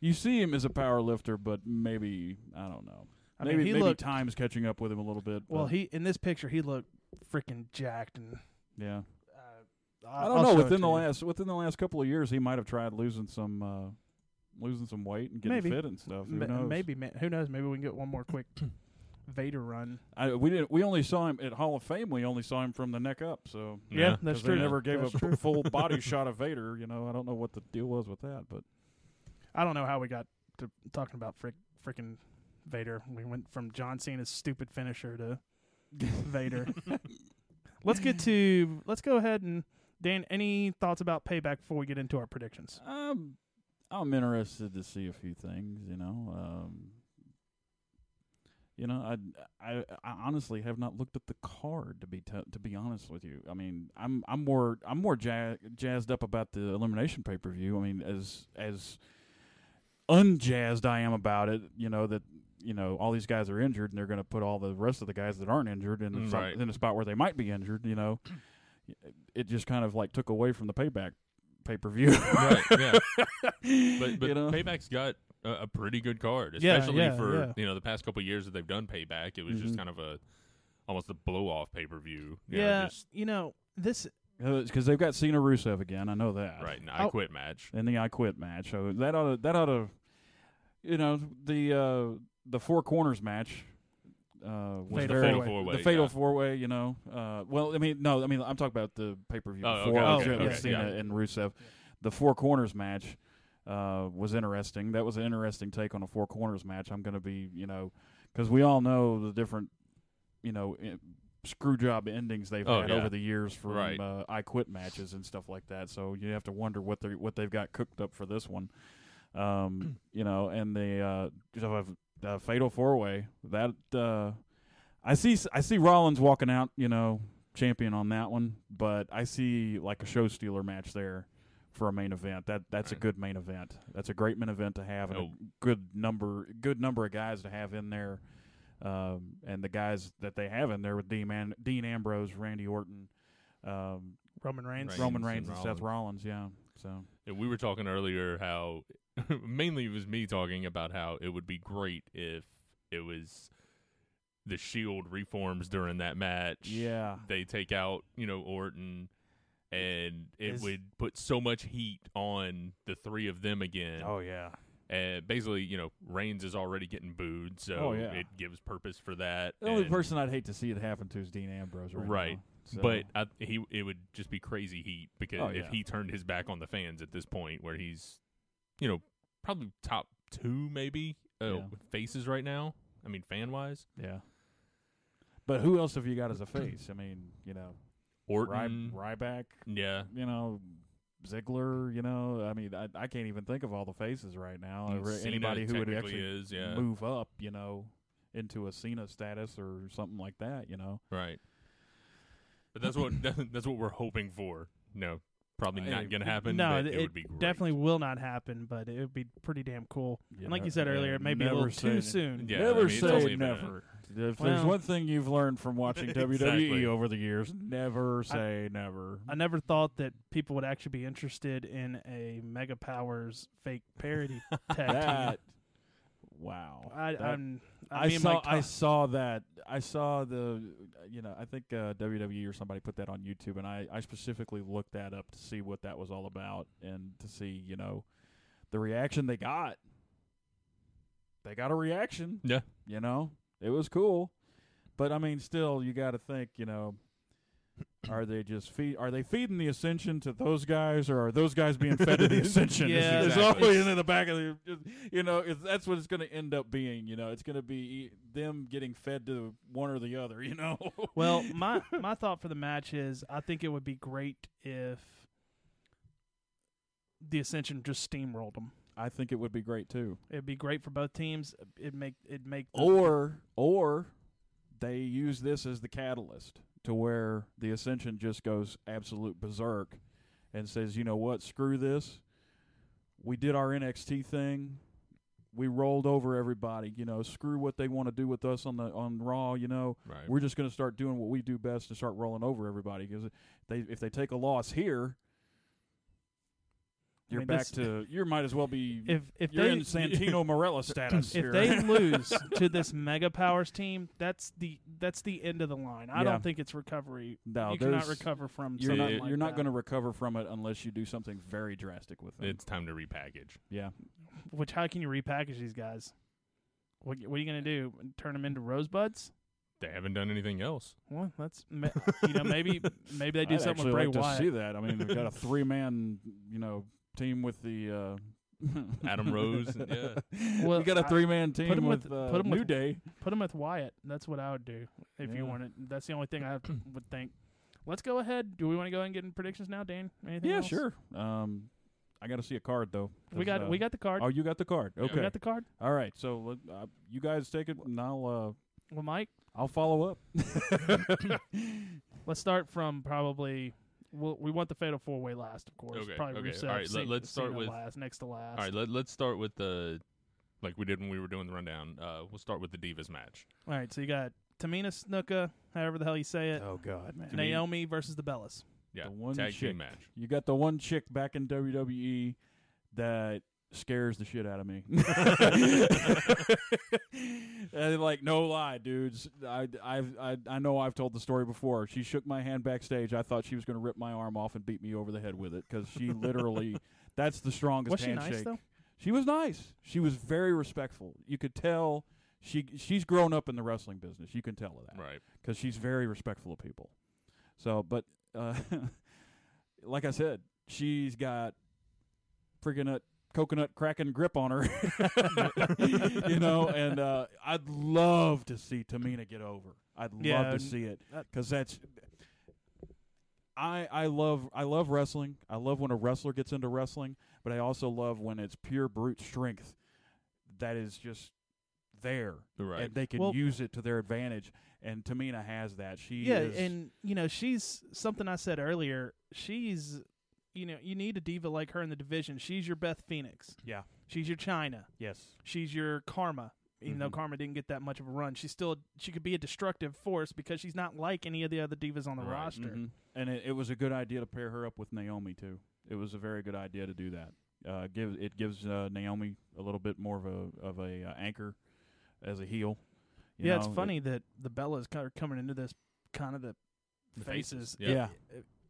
you see him as a power lifter, but maybe I don't know.
I mean,
maybe
he
maybe
looked-
time's catching up with him a little bit.
Well,
but,
he in this picture he looked freaking jacked, and
yeah.
uh,
I don't
I'll
know.
show it
Within
to
the
you.
last within the last couple of years, he might have tried losing some uh, losing some weight and getting
Maybe.
fit and stuff. Who
Ma-
knows?
maybe man, who knows? Maybe we can get one more quick. Vader run.
I, we didn't. We only saw him at Hall of Fame. We only saw him from the neck up. So
Yeah,
Yeah,
that's
'Cause they
true.
never gave
That's
a
true.
full body shot of Vader. You know, I don't know what the deal was with that, but
I don't know how we got to talking about frick freaking Vader. We went from John Cena's stupid finisher to Vader. let's get to let's go ahead and Dan, any thoughts about payback before we get into our predictions?
Um, I'm interested to see a few things. You know, um, you know, I, I, I honestly have not looked at the card to be t- to be honest with you. I mean, I'm I'm more I'm more ja- jazzed up about the elimination pay per view. I mean, as as unjazzed I am about it, you know that you know all these guys are injured and they're going to put all the rest of the guys that aren't injured in a,
Mm, Right.
in a spot where they might be injured. You know, it just kind of like took away from the payback pay per view.
right, yeah. But but
You know?
Payback's got a, a pretty good card,
Yeah,
especially
yeah,
for
yeah.
you know the past couple of years that they've done Payback. It was just
Mhm.
kind of a almost a blow off pay per view. just,
you know this.
because Uh, they've got Cena Rusev again. I know that.
right. And I
Oh.
quit match.
In the I Quit match, so that ought to, that ought to, you know, the uh, the four corners match. Uh, was
Fatal
very-
four-way.
Fatal four-way,
The fatal
yeah.
four way, you know. Uh, well, I mean, no, I mean, I'm talking about the pay per view
Oh,
before
okay,
with
okay,
with
okay,
Cena
yeah.
and Rusev. The four corners match uh, was interesting. That was an interesting take on a four corners match. I'm going to be, you know, because we all know the different, you know, i- screw job endings they've
Oh,
had
yeah.
over the years from
Right.
uh, I Quit matches and stuff like that. So you have to wonder what they what they've got cooked up for this one. Um, you know, and the uh, so I've- the uh, fatal four way that uh, I see I see Rollins walking out, you know, champion on that one, but I see like a show stealer match there for a main event. That that's a
Right.
good main event. That's a great main event to have and
Oh.
a good number good number of guys to have in there. Um, and the guys that they have in there with Dean, Man- Dean Ambrose, Randy Orton, um,
Roman Reigns.
Right.
Roman
Reigns
Reigns,
and
and Seth Rollins. Yeah, so
And we were talking earlier how mainly it was me talking about how it would be great if it was the Shield reforms during that match.
yeah,
they take out you know Orton, and it
Is-
would put so much heat on the three of them again.
oh yeah,
And basically, you know, Reigns is already getting booed, so
Oh, yeah.
it gives purpose for that.
The only
and-
person I'd hate to see it happen to is Dean Ambrose, right?
Right.
now. So-
But I, he, it would just be crazy heat because
Oh,
if
yeah.
he turned his back on the fans at this point, where he's, you know, probably top two maybe uh,
Yeah.
faces right now. I mean, fan wise,
yeah. But who else have you got as a face? I mean, you know, Ry-
Orton,
Ryback,
yeah,
you know, Ziggler. You know, I mean, I, I can't even think of all the faces right now.
And
or
Cena
anybody who would
technically
actually
is, yeah.
move up, you know, into a Cena status or something like that. You know,
Right. But that's what that's what we're hoping for. No, probably
Hey,
not going to happen.
no,
but
it,
it, would be great.
definitely will not happen, but it would be pretty damn cool.
Yeah,
and like you said
yeah,
earlier, maybe a
never
little
say
too
it.
soon.
Yeah,
never
I mean, it's only
say
been a-
never. If there's
Well-
one thing you've learned from watching WWE
Exactly.
over the years, never say never.
I never thought that people would actually be interested in a Mega Powers fake parody tag team.
that wow.
I,
That-
I'm, I,
I
mean,
saw
Mike
I
Tyson-
saw that I saw the you know I think uh, WWE or somebody put that on YouTube and I I specifically looked that up to see what that was all about and to see you know the reaction they got. They got a reaction,
Yeah.
you know. It was cool, but I mean, still you got to think, you know. Are they just feed? Are they feeding the ascension to those guys, or are those guys being fed to the ascension? It's-
Yeah,
it's,
exactly.
always in the back of the, just- you know, it's, that's what it's going to end up being. You know, it's going to be e, them getting fed to one or the other. You know,
Well, my my thought for the match is I think it would be great if the Ascension just steamrolled them.
I think it would be great too.
It'd be great for both teams. It make it make the-
Or, or they use this as the catalyst to where the ascension just goes absolute berserk and says, you know what, screw this. We did our NXT thing. We rolled over everybody, you know. Screw what they want to do with us on the on Raw, you know.
Right.
We're just going to start doing what we do best and start rolling over everybody because they if they take a loss here, you're
mean,
back
this-
to you might as well be
if if
you're
they
in Santino Morella status.
if
here.
they lose to this Mega Powers team, that's the that's the end of the line. I
Yeah.
don't think it's recovery.
No,
you cannot
there's-
recover from.
You're
something
not
it-
like
you're not
that,
going to recover from it unless you do something very drastic with it.
It's time to repackage.
Yeah,
Which how can you repackage these guys? What, what are you gonna do? Turn them into rosebuds?
They haven't done anything else.
Well, that's ma- you know maybe maybe they do
I'd
something
actually
with Bray
like to
Wyatt.
see that. I mean, they've got a three man, you know, team with the. Uh,
Adam Rose, and- yeah.
Well,
we got a
I-
three man team
'em
with,
with-
uh,
put 'em
New
with-
Day.
Put them with Wyatt. That's what I would do if
Yeah.
you wanted. That's the only thing I would think. Let's go ahead. Do we want to go ahead and get in predictions now, Dan? Anything
Yeah,
else?
sure. Um, I got to see a card though.
We
'cause,
got
uh,
we got the card.
Oh, you got the card. Okay.
We got the card.
All right. So let- uh, you guys take it, and I'll uh,
Well, Mike,
I'll follow up.
let's start from probably. We'll, we want the fatal four way last, of course.
Okay,
Probably
okay.
Rusev,
All right, let-
Cena-
let's start
Cena
with-
last, next to last.
All right, let, let's start with the like we did when we were doing the rundown. Uh, we'll start with the divas match.
All right, so you got Tamina Snuka, however the hell you say it,
oh God, man.
Naomi versus the Bellas.
Yeah,
The one
tag
chick.
team match.
You got the one chick back in WWE that scares the shit out of me. and like no lie, dudes. I I've, I I know I've told the story before. She shook my hand backstage. I thought she was going to rip my arm off and beat me over the head with it because she literally that's the strongest
Was she nice,
handshake.
though?
She was nice. She was very respectful. You could tell she she's grown up in the wrestling business. You can tell of that
Right.
because she's very respectful of people. So, but uh, like I said, she's got freaking a coconut cracking grip on her, you know. And uh, I'd love to see Tamina get over. I'd
Yeah,
love to
and
see it
that-
because that's. I, I love I love wrestling. I love when a wrestler gets into wrestling, but I also love when it's pure brute strength that is just there
Right.
and they can
Well-
use it to their advantage. And Tamina has that. She
yeah,
is,
and you know she's something I said earlier. She's, you know, you need a diva like her in the division. She's your Beth Phoenix.
yeah,
She's your China.
yes,
She's your Karma. Even
Mm-hmm.
though Karma didn't get that much of a run, she's still she could be a destructive force because she's not like any of the other divas on the
Right, Mm-hmm.
roster.
Mhm. and it, it was a good idea to pair her up with Naomi too. It was a very good idea to do that. Uh, give it gives uh, Naomi a little bit more of a of a uh, anchor as a heel. You
Yeah,
know,
it's
it-
funny that the Bellas are coming into this kind of the, faces.
Yeah.
yeah,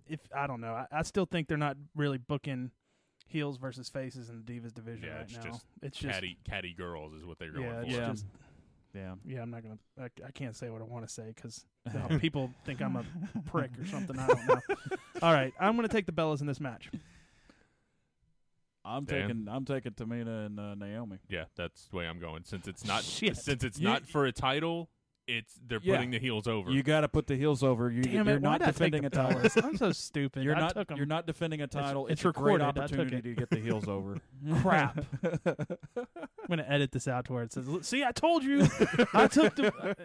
If I don't know, I, I still think they're not really booking heels versus faces in the divas division
Yeah,
right
it's
now.
just
it's just
Catty catty girls is what they're going
yeah,
for.
it's
Yeah.
just
yeah.
yeah. I'm not gonna. I, I can't say what I want to say because people think I'm a prick or something. I don't know. All right, I'm gonna take the Bellas in this match.
I'm
Dan?
taking I'm taking Tamina and uh, Naomi.
Yeah, that's the way I'm going. Since it's not
Shit.
since it's
You-
not for a title, it's they're
Yeah.
putting the heels over.
You got to put the heels over. You,
Damn
you're
it!
not
why did
defending
I
a
take the
title.
Bellas? I'm so stupid.
You're
I
not.
took 'em.
You're not defending a title.
it's
a
recorded.
great
I took
opportunity
it.
to get the heels over.
crap. I'm gonna edit this out to where it says, "Look, "See, I told you, I took the."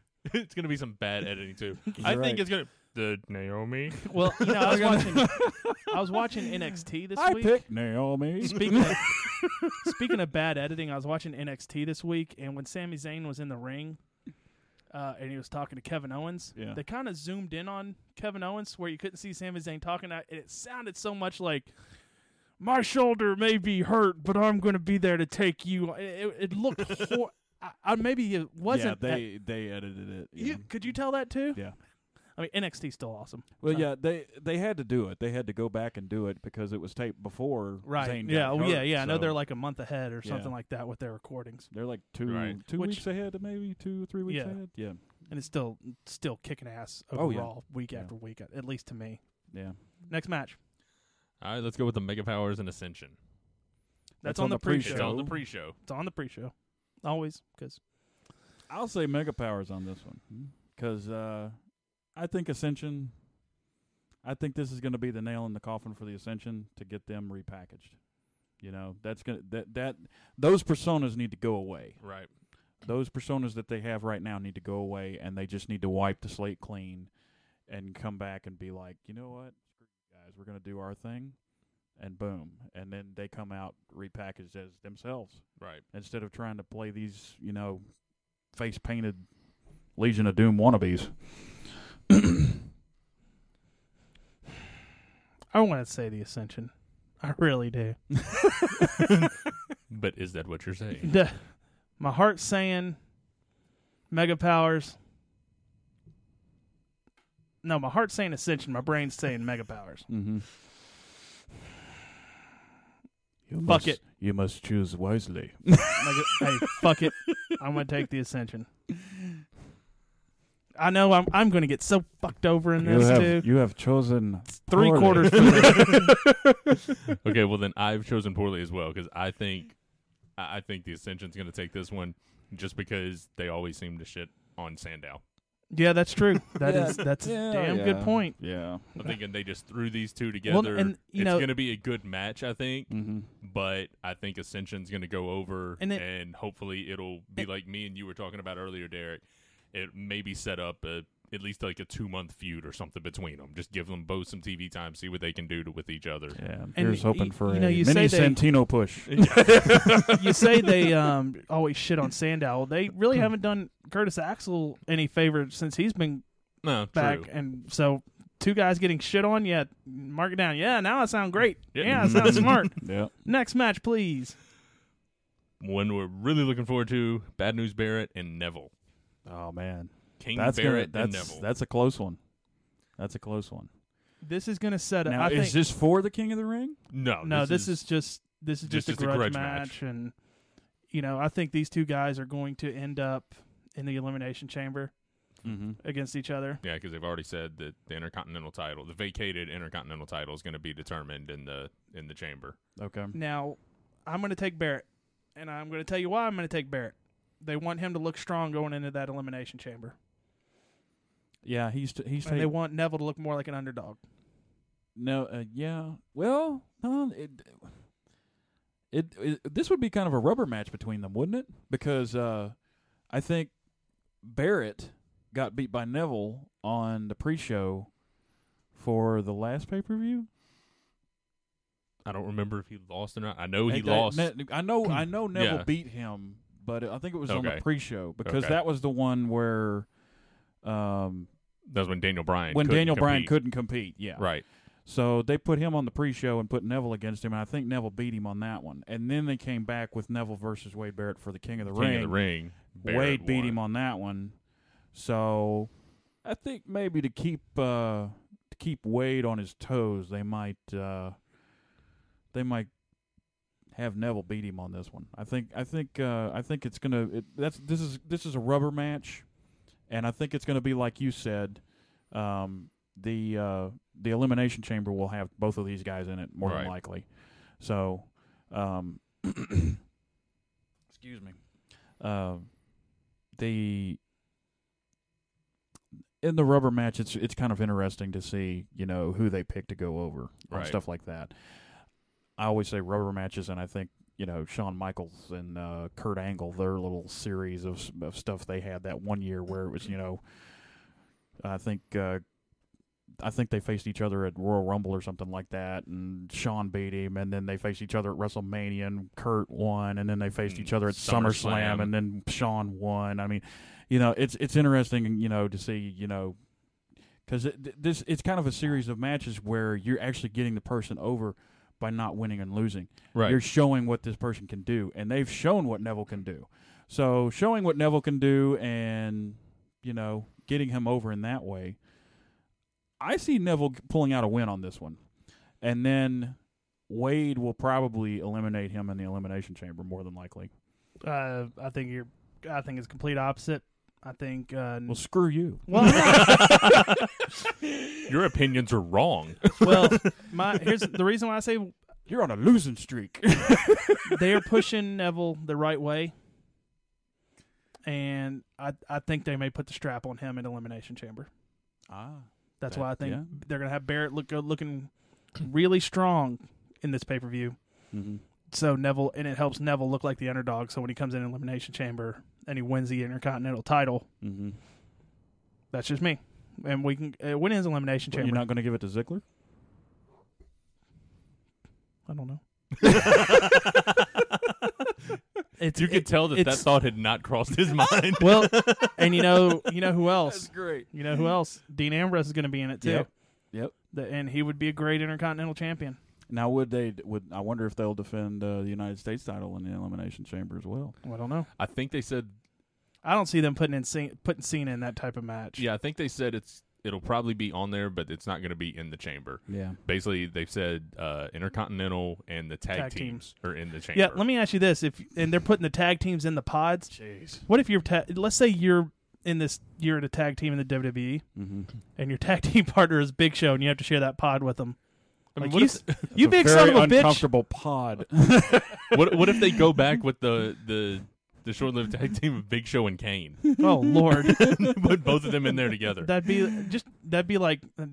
it's gonna be some bad editing too. I
right.
think it's gonna the Naomi.
Well, you know, I was watching. I was watching NXT this
I
week.
picked Naomi.
Speaking of, speaking of bad editing, I was watching NXT this week, and when Sami Zayn was in the ring, uh, and he was talking to Kevin Owens,
Yeah.
they kind of zoomed in on Kevin Owens where you couldn't see Sami Zayn talking, and it sounded so much like. My shoulder may be hurt, but I'm going to be there to take you. It, it- it looked, hor- I, I, maybe it wasn't.
yeah,
that-
they they edited it. Yeah.
You, could you tell that too?
Yeah.
I mean, NXT's still awesome.
Well, yeah, they they had to do it. They had to go back and do it because it was taped before. Zayn got
yeah. Oh, yeah.
hurt,
Yeah. I know
so
they're like a month ahead or something
Yeah.
like that with their recordings,
they're like two
Right.
two
Which-
weeks ahead, maybe two three weeks
Yeah.
ahead. Yeah,
and it's still still kicking ass overall
Oh, yeah.
week
Yeah.
after week, at least to me.
yeah.
Next match.
All right, let's go with the Mega Powers and Ascension.
That's, on, the pre-show.
It's on the pre-show.
It's on the pre-show, always because
I'll say Mega Powers on this one because uh, I think Ascension. I think this is going to be the nail in the coffin for the Ascension to get them repackaged. You know, that's gonna that that those personas need to go away.
Right.
those personas that they have right now need to go away and they just need to wipe the slate clean and come back and be like, you know what, Screw you guys, we're gonna do our thing, and boom, and then they come out repackaged as themselves
Right.
instead of trying to play these, you know, face painted Legion of Doom wannabes.
I want to say the Ascension. I really do.
But is that what you're saying?
Duh. My heart's saying Mega Powers. No, my heart's saying Mm-hmm. Ascension. My brain's saying Mega Powers.
Mm-hmm. You
Fuck it.
You must choose wisely.
Like, hey, fuck it. I'm gonna take the Ascension. I know I'm I'm gonna get so fucked over in
you
this
have
too.
you have chosen
Three
poorly.
quarters for me.
okay, well then I've chosen poorly as well because I think I I think the Ascension's going to take this one just because they always seem to shit on Sandow.
yeah, that's true. That
Yeah.
is that's a
Yeah.
damn
Yeah.
good point.
Yeah.
I'm thinking they just threw these two
Well,
together.
and, you
it's
know-
going to be a good match, I think.
Mm-hmm.
But I think Ascension's going to go over,
And
and,
it-
hopefully it'll be like me and you were talking about earlier, Derek. It maybe set up a, at least like a two month feud or something between them. Just give them both some TV time, see what they can do to, with each other.
Yeah.
And
Here's hoping
y-
for
you
a
know, you
mini
say they-
Santino push.
you say they um, always shit on Sandow. They really
Hmm.
haven't done Curtis Axel any favor since he's been
No,
back,
true.
and so two guys getting shit on. Yeah, mark it down. Yeah, now I sound great.
Yeah.
Yeah, I sound smart.
yeah.
Next match, please.
One we're really looking forward to: Bad News Barrett and Neville.
Oh man.
King
That's gonna,
Barrett and
that's
Neville.
that's a close one. That's a close one.
This is gonna set up.
Now
I
is
think,
this for the King of the Ring?
no,
no, this, is, just this is
Oh, this
just a
is the
grudge,
grudge
match,
match.
and you know I think these two guys are going to end up in the elimination chamber
Mm-hmm.
against each other.
Yeah, because they've already said that the intercontinental title, the vacated intercontinental title, is going to be determined in the in the chamber.
Okay.
Now, I'm going to take Barrett, and I'm going to tell you why I'm going to take Barrett. They want him to look strong going into that elimination chamber,
Yeah, he's t- he's
and they
taking
want Neville to look more like an underdog.
no. Uh, yeah. Well, no. It, it it this would be kind of a rubber match between them, wouldn't it? Because uh, I think Barrett got beat by Neville on the pre-show for the last pay-per-view.
I don't remember if he lost or not. I know he
Ain't that-
lost.
Ne- I know. I know Neville
Yeah.
beat him, but I think it was on the
Okay.
pre-show because
Okay.
that was the one where, um,
That's when Daniel Bryan.
when
couldn't
Daniel Bryan
compete.
couldn't compete. Yeah,
Right.
So they put him on the pre-show and put Neville against him, and I think Neville beat him on that one. And then they came back with Neville versus Wade Barrett for the King of the
King
Ring.
of the Ring.
Wade
Barrett
beat
won.
him on that one. So I think maybe to keep uh, to keep Wade on his toes, they might uh, they might have Neville beat him on this one. I think I think uh, I think it's gonna it, that's this is this is a rubber match, and I think it's gonna be like you said. Um, the uh, the elimination chamber will have both of these guys in it more
Right.
than likely. So, um, excuse me. Um, the in the rubber match, it's it's kind of interesting to see you know who they pick to go over and
Right.
stuff like that. I always say rubber matches, and I think you know Shawn Michaels and uh, Kurt Angle, their little series of s- of stuff they had that one year where it was you know, I think. Uh, I think they faced each other at Royal Rumble or something like that, and Shawn beat him, and then they faced each other at WrestleMania, and Kurt won, and then they faced
Mm,
each other at SummerSlam,
SummerSlam.
and then Shawn won. I mean, you know, it's it's interesting, you know, to see, you know, because it, th- this it's kind of a series of matches where you're actually getting the person over by not winning and losing.
Right.
You're showing what this person can do, and they've shown what Neville can do. So showing what Neville can do, and you know, getting him over in that way. I see Neville pulling out a win on this one, and then Wade will probably eliminate him in the elimination chamber more than likely.
Uh, I think you're. I think it's complete opposite. I think. Uh,
Well, screw you.
well, no.
Your opinions are wrong.
well, my here's the reason why I say
You're on a losing streak.
they are pushing Neville the right way, and I I think they may put the strap on him in elimination chamber.
ah,
That's
That-
why I think
yeah.
they're gonna have Barrett look good, looking really strong in this pay per view.
mm-hmm.
So Neville and it helps Neville look like the underdog. So when he comes in elimination chamber and he wins the Intercontinental title,
Mm-hmm.
that's just me. And we can uh, win his elimination
You're
chamber.
not going to give it to Ziggler?
I don't know. it's
You could
it-
tell that that
it's-
thought had not crossed his mind.
well, and you know you know who else?
great.
You know who else? Dean Ambrose is going to be in it too.
Yep. Yep.
The- and he would be a great Intercontinental champion.
Now, would they? Would I wonder if they'll defend uh, the United States title in the elimination chamber as well?
I don't know.
I think they said.
I don't see them putting in Cena, putting Cena in that type of match.
Yeah, I think they said it's it'll probably be on there, but it's not going to be in the chamber.
Yeah.
Basically, they've said uh, Intercontinental and the tag,
Tag
teams, are in the chamber.
Yeah, let me ask you this: If and they're putting the tag teams in the pods, jeez. What if you're ta- let's say you're in this you're at a tag team in the WWE, and your tag team partner is Big Show, and you have to share that pod with them.
I mean,
Like,
what
you,
if-
s- you big son of a bitch.
uncomfortable pod.
what what if they go back with the the the short lived tag team of Big Show and Kane?
Oh lord,
Put both of them in there together.
that'd be just that'd be like uh,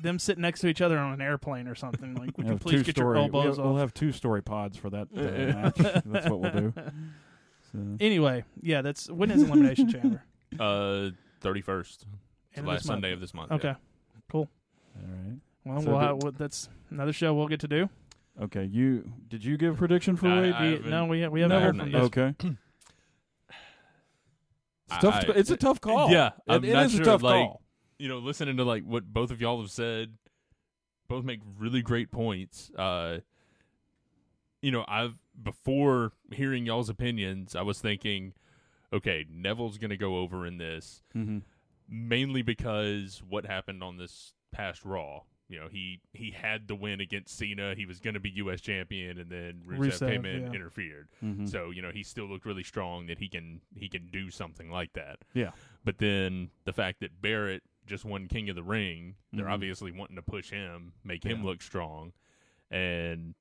them sitting next to each other on an airplane or something. Like, would you please get your elbows
we'll, we'll
off?
have two story pods for that uh, match. That's what we'll do. So,
Anyway, yeah, that's when is elimination chamber?
Uh, thirty first,
End of
last
this month.
Sunday of this month. yeah.
Okay, cool.
all right.
Well,
So
we'll
the-
have, well, that's another show we'll get to do.
Okay. You did you give prediction for
I-
Wade?
I haven't-
no, we we have
No,
heard
not
from
yet.
this.
okay.
I-
It's, tough
I-
to- it's a tough call.
Yeah,
It-
I'm
it
not
is
sure,
a tough
like-
call.
you know, listening to like what both of y'all have said, both make really great points. Uh, you know, I've before hearing y'all's opinions, I was thinking, okay, Neville's going to go over in this
Mhm.
mainly because what happened on this past Raw. You know, he he had the win against Cena. He was going to be U.S. champion, and then Rusev,
Rusev,
came in
yeah.
and interfered.
mm-hmm.
So you know, he still looked really strong that he can he can do something like that.
Yeah.
But then the fact that Barrett just won King of the Ring, they're
Mhm.
obviously wanting to push him, make him look strong. And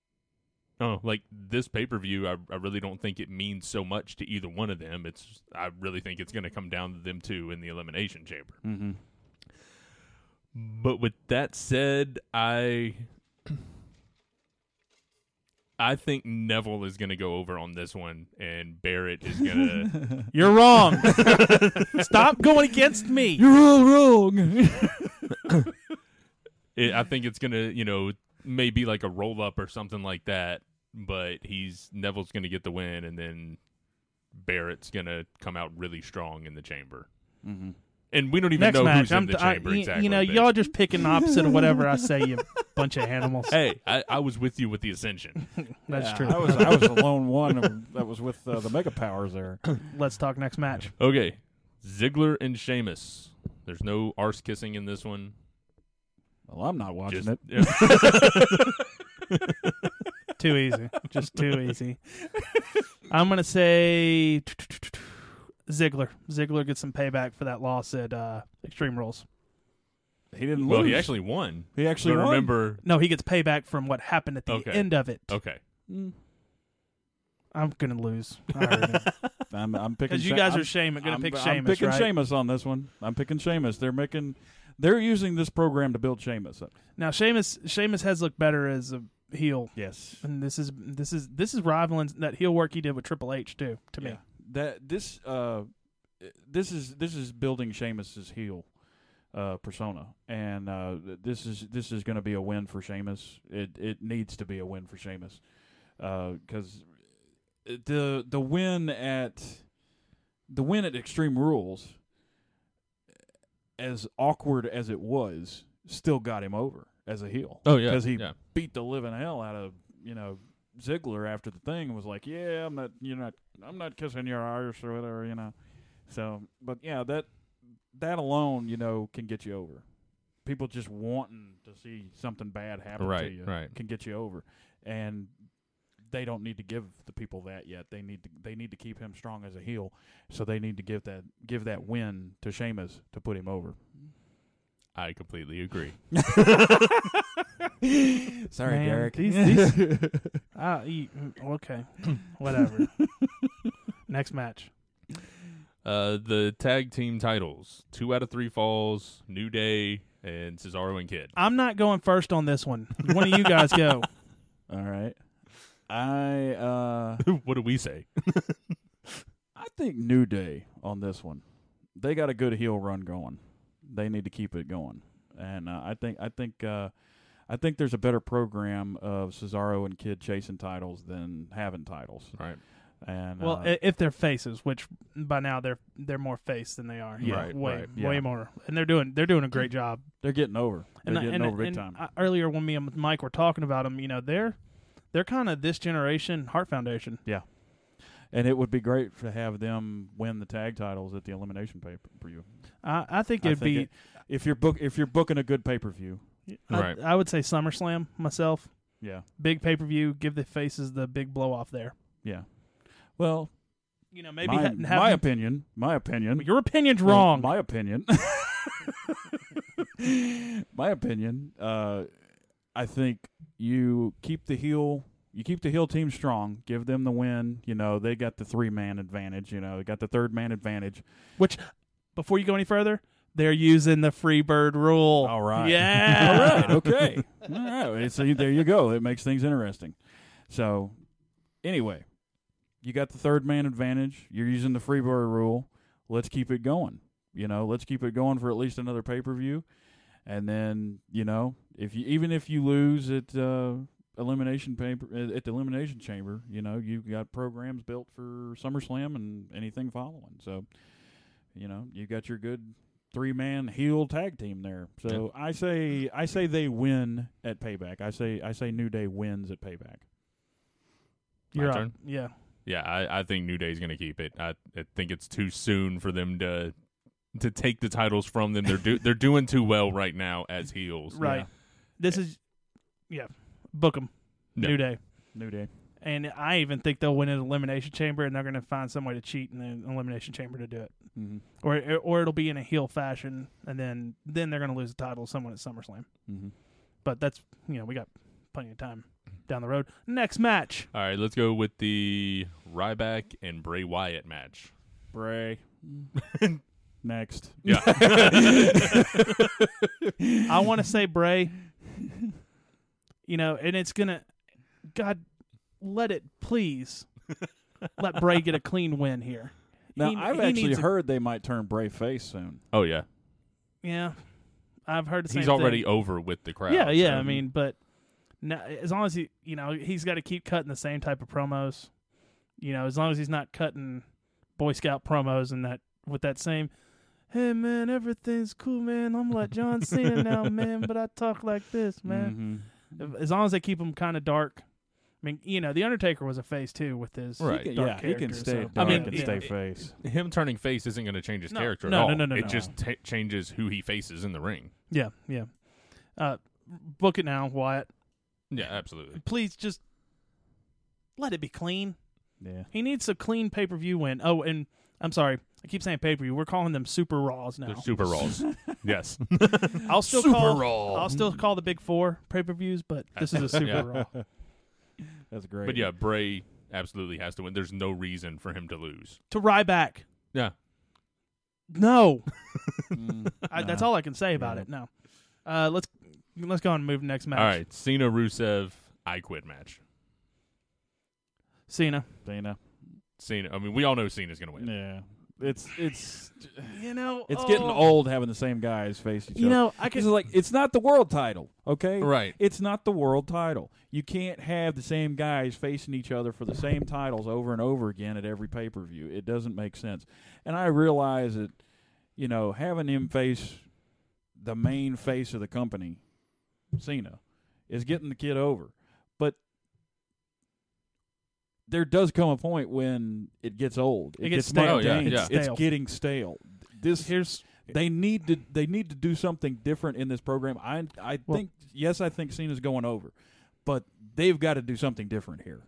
oh, like this pay per view, I, I really don't think it means so much to either one of them. It's I really think it's going to come down to them two in the elimination chamber.
Mhm.
But with that said, I I think Neville is going to go over on this one, and Barrett is going to.
You're wrong. Stop going against me.
You're all wrong.
it, I think it's gonna, you know, maybe like a roll up or something like that. But he's Neville's gonna get the win, and then Barrett's gonna come out really strong in the chamber. And we don't even
Next
know
match.
who's
I'm
in the
I-
chamber
y-
exactly.
You know,
but-
y'all just picking the opposite of whatever I say, you bunch of animals.
Hey, I, I was with you with the ascension.
That's true.
I was I was the lone one of- that was with uh, the mega powers there.
Let's talk next match.
Okay, Ziggler and Sheamus. There's no arse kissing in this one.
Well, I'm not watching
Just
it.
Too easy. Just too easy. I'm going to say Ziggler. Ziggler gets some payback for that loss at uh, Extreme Rules.
He didn't
well,
lose.
he actually won.
He actually
But
won.
remember.
No, he gets payback from what happened at the
Okay.
end of it.
Okay,
Mm.
I'm going to lose. Because
I'm, I'm picking.
you
Sha-
guys
I'm-
are shame. going to
I'm,
pick
I'm
Sheamus,
picking
right?
Sheamus on this one. I'm picking Sheamus. They're making. They're using this program to build Sheamus up.
Now, Sheamus, Sheamus has looked better as a heel.
Yes.
And this is this is this is rivaling that heel work he did with Triple H too. To me,
Yeah. That this uh, this is this is building Sheamus's heel uh, persona, and uh, th- this is this is going to be a win for Sheamus. It it needs to be a win for Sheamus because the the win at the win at Extreme Rules, as awkward as it was, still got him over as a heel.
Oh, yeah,
because he
yeah.
beat the living hell out of you know Ziggler after the thing and was like, "Yeah, I'm not, you're not, I'm not kissing your Irish or whatever," you know. So, but yeah, that that alone, you know, can get you over. People just wanting to see something bad happen
Right,
to you
right.
can get you over, and they don't need to give the people that yet. They need to they need to keep him strong as a heel, so they need to give that give that win to Sheamus to put him over.
I completely agree.
Sorry,
Man, These, these, Ah, you- mm, okay, whatever. Next match.
Uh, the tag team titles: two out of three falls, New Day and Cesaro and Kid.
I'm not going first on this one. One of you guys go.
All right, I uh.
what do we say?
I think New Day on this one. They got a good heel run going. They need to keep it going, and uh, I think I think uh, I think there's a better program of Cesaro and Kid chasing titles than having titles.
Right.
And
Well,
uh,
i if they're faces, which by now they're they're more face than they are.
Yeah.
Right,
way
right,
yeah.
way more, and they're doing they're doing a great job.
they're getting over. They're
And I-
getting
and-
over big
and
time.
I- earlier when me and Mike were talking about them, you know, they're they're kind of this generation Heart Foundation.
yeah, and it would be great to have them win the tag titles at the elimination pay per view.
I, I think
I
it'd
think
be.
it- if you're book if you're booking a good pay per view.
I,
Right.
I would say SummerSlam myself.
Yeah,
Big pay per view. Give the faces the big blow off there.
yeah. Well,
You know, maybe
my,
ha- have
my
them-
opinion, my opinion,
your opinion's wrong.
My opinion. my opinion. Uh, I think you keep the heel. You keep the heel team strong. Give them the win. You know they got the three man advantage. You know they got the third man advantage.
Which, before you go any further, they're using the free bird rule.
All right. All
Yeah.
right. Okay. All right. So there you go. It makes things interesting. So anyway, you got the third man advantage. You're using the Freebird rule. Let's keep it going. You know, let's keep it going for at least another pay per view, and then you know, if you even if you lose at uh, elimination paper uh, at at the elimination chamber, you know, you've got programs built for SummerSlam and anything following. So, you know, you got your good three man heel tag team there. So I say I say they win at payback. I say I say New Day wins at payback.
My
You're up.
turn?
Yeah.
Yeah, I, I think New Day's going to keep it. I, I think it's too soon for them to to take the titles from them. They're do, they're doing too well right now as heels.
Right. This is, yeah. Book them.
Yeah.
New day.
New Day.
And I even think they'll win an elimination chamber, and they're going to find some way to cheat in the elimination chamber to do it,
Mm-hmm.
or or it'll be in a heel fashion, and then then they're going to lose the title to someone at SummerSlam.
Mm-hmm.
But that's you know we got plenty of time down the road. Next match,
All right, let's go with the Ryback and Bray Wyatt match.
Bray. Next.
Yeah.
I want to say Bray. You know, and it's gonna, God, let it please, let Bray get a clean win here.
Now
He-
I've
he
actually
needs a-
heard they might turn Bray face soon.
oh yeah,
Yeah, I've heard. The
he's
same thing.
already over with the crowd.
Yeah, yeah.
so-
I mean, but no, as long as he, you know, he's got to keep cutting the same type of promos. You know, as long as he's not cutting Boy Scout promos and that with that same, hey man, everything's cool, man. I'm like John Cena now, man, but I talk like this, man.
Mm-hmm.
Mm-hmm.
As long as they keep him kind of dark. I mean, you know, the Undertaker was a face too with his
Right.
dark
yeah, he can
character,
stay.
so-
dark
I mean,
and
yeah.
stay face.
him turning face isn't going to change his
No,
character
no,
at
no,
all.
no, no,
it
no.
just ta changes who he faces in the ring.
Yeah, yeah. Uh, book it now, Wyatt.
Yeah, absolutely.
Please just let it be clean.
Yeah.
He needs a clean pay per view win. Oh, and I'm sorry, I keep saying pay per view. We're calling them Super Raws now.
They're super rolls. yes.
I'll still
Super
call.
Raw.
I'll still call the Big Four pay per views, but this is a Super
Yeah.
Raw.
That's great.
But yeah, Bray absolutely has to win. There's no reason for him to lose.
To Ryback,
Yeah.
no.
Mm.
I, that's all I can say about
Yeah.
it. No. Uh, let's let's go on and move to next match.
All right, Cena Rusev I quit match.
Cena.
Dana.
Cena. I mean, we all know Cena's going to win.
Yeah. It's it's oh.
You know, oh.
it's getting old having the same guys face each
You
other.
know, I
Because
could.
like it's not the world title, okay?
Right.
It's not the world title. You can't have the same guys facing each other for the same titles over and over again at every pay per view. It doesn't make sense. And I realize that, you know, having him face the main face of the company, Cena, is getting the kid over. But there does come a point when it gets old.
It gets
stale.
stale.
Oh, yeah,
It's,
yeah.
it's getting stale. This
Here's
they need to they need to do something different in this program. I I
Well-
think yes, I think Cena's going over, but they've got to do something different here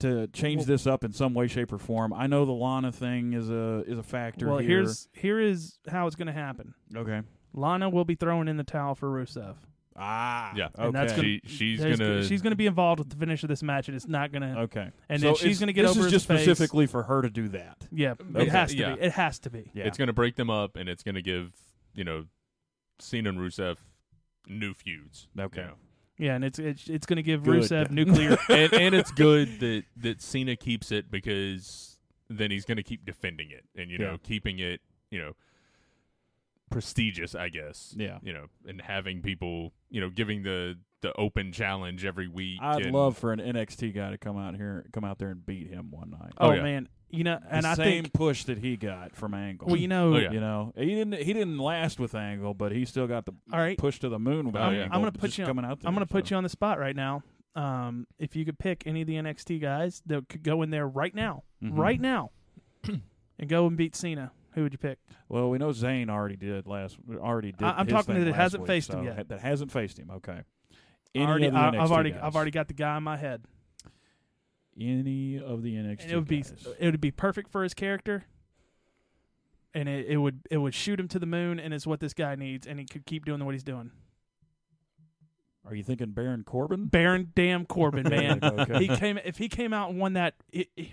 to change
Well-
this up in some way, shape, or form. I know the Lana thing is a is a factor.
well.
here.
Here's here is how it's going to happen.
okay.
Lana will be throwing in the towel for Rusev.
Ah,
Yeah.
okay.
And that's gonna-
She, she's
There's-
going to
she's going to be involved with the finish of this match, and it's not going to.
okay.
and
so
then she's
it's-
gonna get
this
over
is
his
just
face.
specifically for her to do that.
Yeah,
Okay.
it has to
Yeah.
be. It has to be.
Yeah,
it's going to break them up and it's going to give, you know, Cena and Rusev new feuds. you
Okay.
know.
Yeah, and it's it's, it's going to give
Good.
Rusev nuclear.
and, and it's good that that Cena keeps it because then he's going to keep defending it and you know
Yeah.
keeping it you know prestigious, I guess.
Yeah.
you know, and having people you know giving the the open challenge every week.
I'd
and-
love for an NXT guy to come out here, come out there and beat him one night.
oh
yeah.
man, you know, and
the
I
same
think
push that he got from Angle.
well, you know,
Oh, yeah.
You know, he didn't. He didn't last with Angle, but he still got the
All right.
push to the moon. About
I'm-
Angle
I'm gonna put
just
you on-
coming out. There,
I'm going to put you on the spot right now. um, if you could pick any of the NXT guys that could go in there right now,
Mm-hmm.
right now, and go and beat Cena, who would you pick?
Well, we know Zayn already did last. Already did.
I- I'm
his
talking
thing
that it
last
hasn't
week,
faced him
so
yet.
ha- That hasn't faced him. Okay.
I
Any
already,
of the
I,
NXT
have already,
guys.
I've already got the guy in my head,
Any of the NXT.
and it would be,
guys.
it would be perfect for his character, and it, it would, it would shoot him to the moon, and it's what this guy needs, and he could keep doing what he's doing.
Are you thinking Baron Corbin?
Baron damn Corbin, man.
Okay.
He came if he came out and won that, it, it-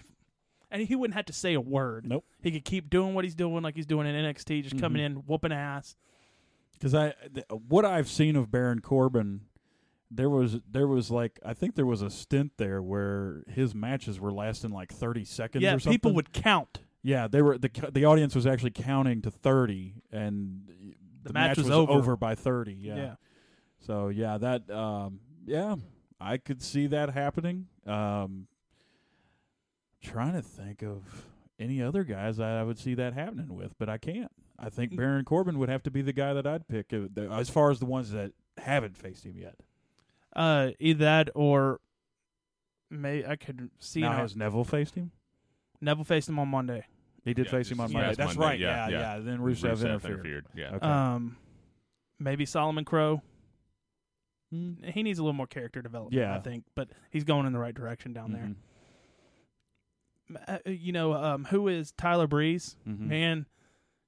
and he wouldn't have to say a word.
Nope.
He could keep doing what he's doing, like he's doing in NXT, just coming
Mhm.
in whooping ass.
Because I, th- what I've seen of Baron Corbin, there was there was like I think there was a stint there where his matches were lasting like thirty seconds.
yeah,
or something.
people would count.
Yeah, they were the c- the audience was actually counting to thirty, and the,
match was
was,
over.
by thirty. Yeah. So yeah, that um, yeah, I could see that happening. Um, trying to think of any other guys that I would see that happening with, but I can't. I
Mm.
think Baron Corbin would have to be the guy that I'd pick uh, the- as far as the ones that haven't faced him yet.
Uh, either that or may I could see
now
now
has Neville faced him?
Neville faced him on Monday.
He did
Yeah,
face
this
him on
is
Monday.
last
That's
Monday.
right.
Yeah,
Yeah,
yeah.
yeah. Then Rusev, interfered.
Yeah.
Okay.
Um, maybe Solomon Crow.
Mm-hmm.
He needs a little more character development,
Yeah.
I think, but he's going in the right direction down there.
Mhm. Mm-hmm.
uh, you know, um, who is Tyler Breeze?
Mhm.
Man,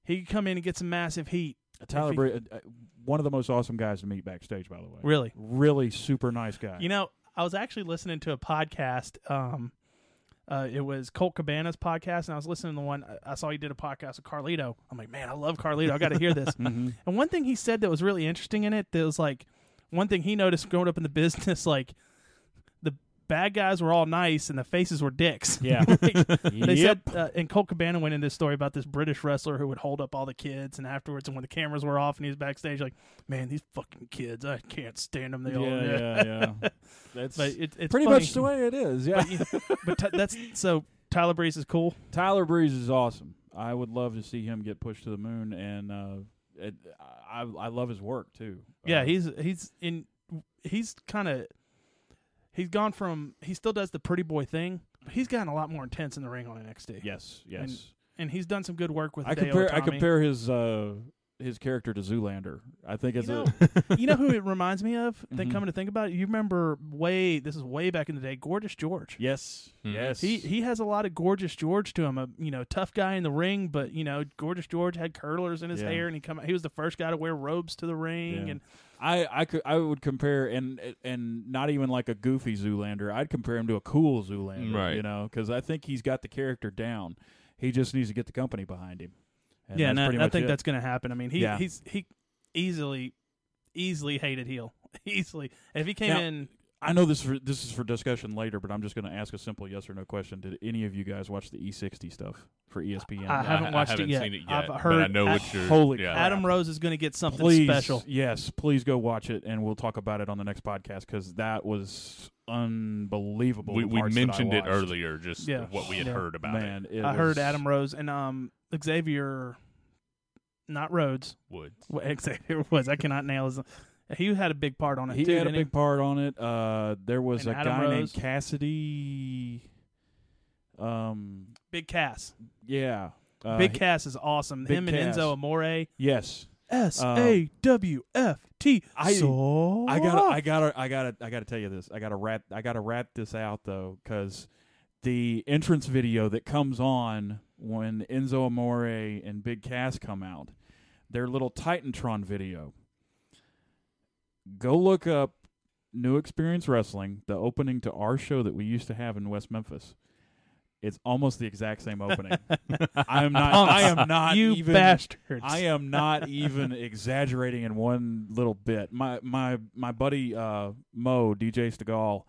he could come in and get some massive heat.
Tyler,
he-
Bra- uh, uh, one of the most awesome guys to meet backstage, by the way.
Really.
really super nice guy.
You know, I was actually listening to a podcast. Um, uh, it was Colt Cabana's podcast, and I was listening to one. I- I saw he did a podcast with Carlito. I'm like, man, I love Carlito. I got to hear this.
Mhm.
And one thing he said that was really interesting in it, that was like, one thing he noticed growing up in the business, like, the bad guys were all nice and the faces were dicks.
Yeah.
Like, They
Yep.
said, uh, and Colt Cabana went into this story about this British wrestler who would hold up all the kids, and afterwards, and when the cameras were off and he was backstage, like, man, these fucking kids, I can't stand them. They
yeah,
all,
yeah, yeah. That's
But it, it's
pretty
funny.
much the way it is. Yeah.
But t- that's so Tyler Breeze is cool.
Tyler Breeze is awesome. I would love to see him get pushed to the moon, and uh, it, I I love his work too.
Yeah,
Uh,
he's he's in he's kind of he's gone from he still does the pretty boy thing, but he's gotten a lot more intense in the ring on NXT.
yes, yes.
and he's done some good work with.
I
Hideo
compare I
Itami.
compare his uh his character to Zoolander. I think it's
You know,
a
you know who it reminds me of? Then
Mhm.
coming to think about it, you remember way this is way back in the day, Gorgeous George.
yes,
Mhm.
yes.
Hmm. He he has a lot of gorgeous George to him. A you know tough guy in the ring, but you know gorgeous George had curlers in his
Yeah.
hair, and he come he was the first guy to wear robes to the ring,
Yeah.
and
I I could I would compare and and not even like a goofy Zoolander. I'd compare him to a cool Zoolander,
Right.
You know, because I think he's got the character down. He just needs to get the company behind him. And
yeah,
that's
and
pretty
I, I
much
think
it.
that's going to happen. I mean, he
Yeah.
he's he easily easily hated heel easily. If he came
Now-
in,
I know this for, this is for discussion later, but I'm just going to ask a simple yes or no question. Did any of you guys watch the E60 stuff for E ESPN?
I haven't watched it
haven't
yet.
Seen it yet.
I've
but I
heard-
know
I-
what you're.
Holy
yeah.
crap.
Adam Rose is going to get something
please,
special.
yes, please go watch it, and we'll talk about it on the next podcast because that was unbelievable.
We,
the
we
parts that I
mentioned it
watched.
earlier, just
Yeah.
what we had
Yeah.
heard about it.
Man, it
I
was-
heard Adam Rose and um Xavier, not Rhodes.
Woods.
What Xavier was I cannot nail his. He had a big part on it.
He
too,
had a
didn't he?
big part on it. Uh, there was
And
a
Adam
guy
Rose.
named Cassidy. Um,
Big Cass.
yeah, uh,
big
he-
Cass is awesome.
Big
Him
Cass.
and Enzo
um,
Amore.
yes,
S
Um,
A W F T.
I-
So
I gotta, I gotta, I gotta, I gotta tell you this. I gotta wrap, I gotta wrap this out though, because the entrance video that comes on when Enzo Amore and Big Cass come out, their little Titantron video. Go look up New Experience Wrestling, the opening to our show that we used to have in West Memphis. It's almost the exact same opening. I am not. I am not
you
even.
bastards.
I am not even exaggerating in one little bit. My my my buddy uh, Mo DJ Stegall,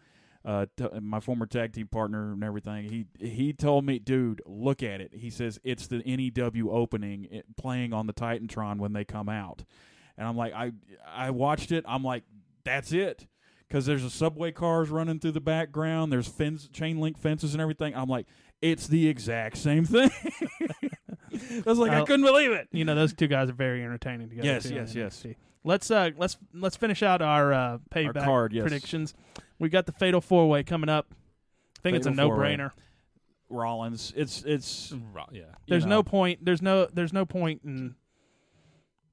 uh, t- my former tag team partner and everything. He he told me, dude, look at it. He says it's the NEW opening it, playing on the Titantron when they come out, and I'm like, I I watched it. I'm like, that's it. Because there's a subway cars running through the background. There's fence, chain link fences and everything. I'm like, it's the exact same thing. I was like, I
Oh.
couldn't believe it.
you know, those two guys are very entertaining together.
Yes,
too,
yes,
in
yes.
NXT. Let's uh, let's let's finish out our uh, payback
card, yes.
predictions. We got the fatal four way coming up. I think it's a
Fatal
no
four-way.
brainer.
Rollins. It's it's you
Ro- yeah.
There's
know,
no point. There's no. There's no point in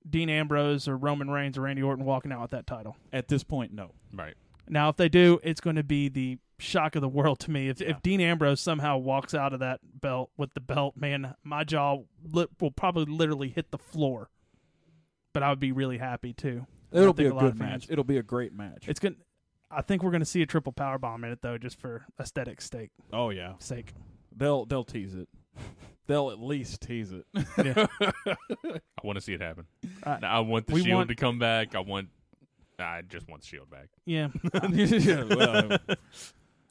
Dean Ambrose or Roman Reigns or Randy Orton walking out with that title.
at this point. No,
Right.
Now, if they do, it's going to be the shock of the world to me. If if Dean Ambrose somehow walks out of that belt with the belt, man, my jaw li- will probably literally hit the floor. But I would be really happy too. I
it'll
think
be a
lot of
good
fans-
match. It'll be a great match.
It's going I think we're gonna see a triple power bomb in it though, just for aesthetic sake.
oh yeah,
Sake.
they'll they'll tease it. They'll at least tease it.
I want to see it happen.
Uh,
I want the
we
shield
want-
to come back. I want. I just want the shield back.
Yeah,
Yeah, well, um,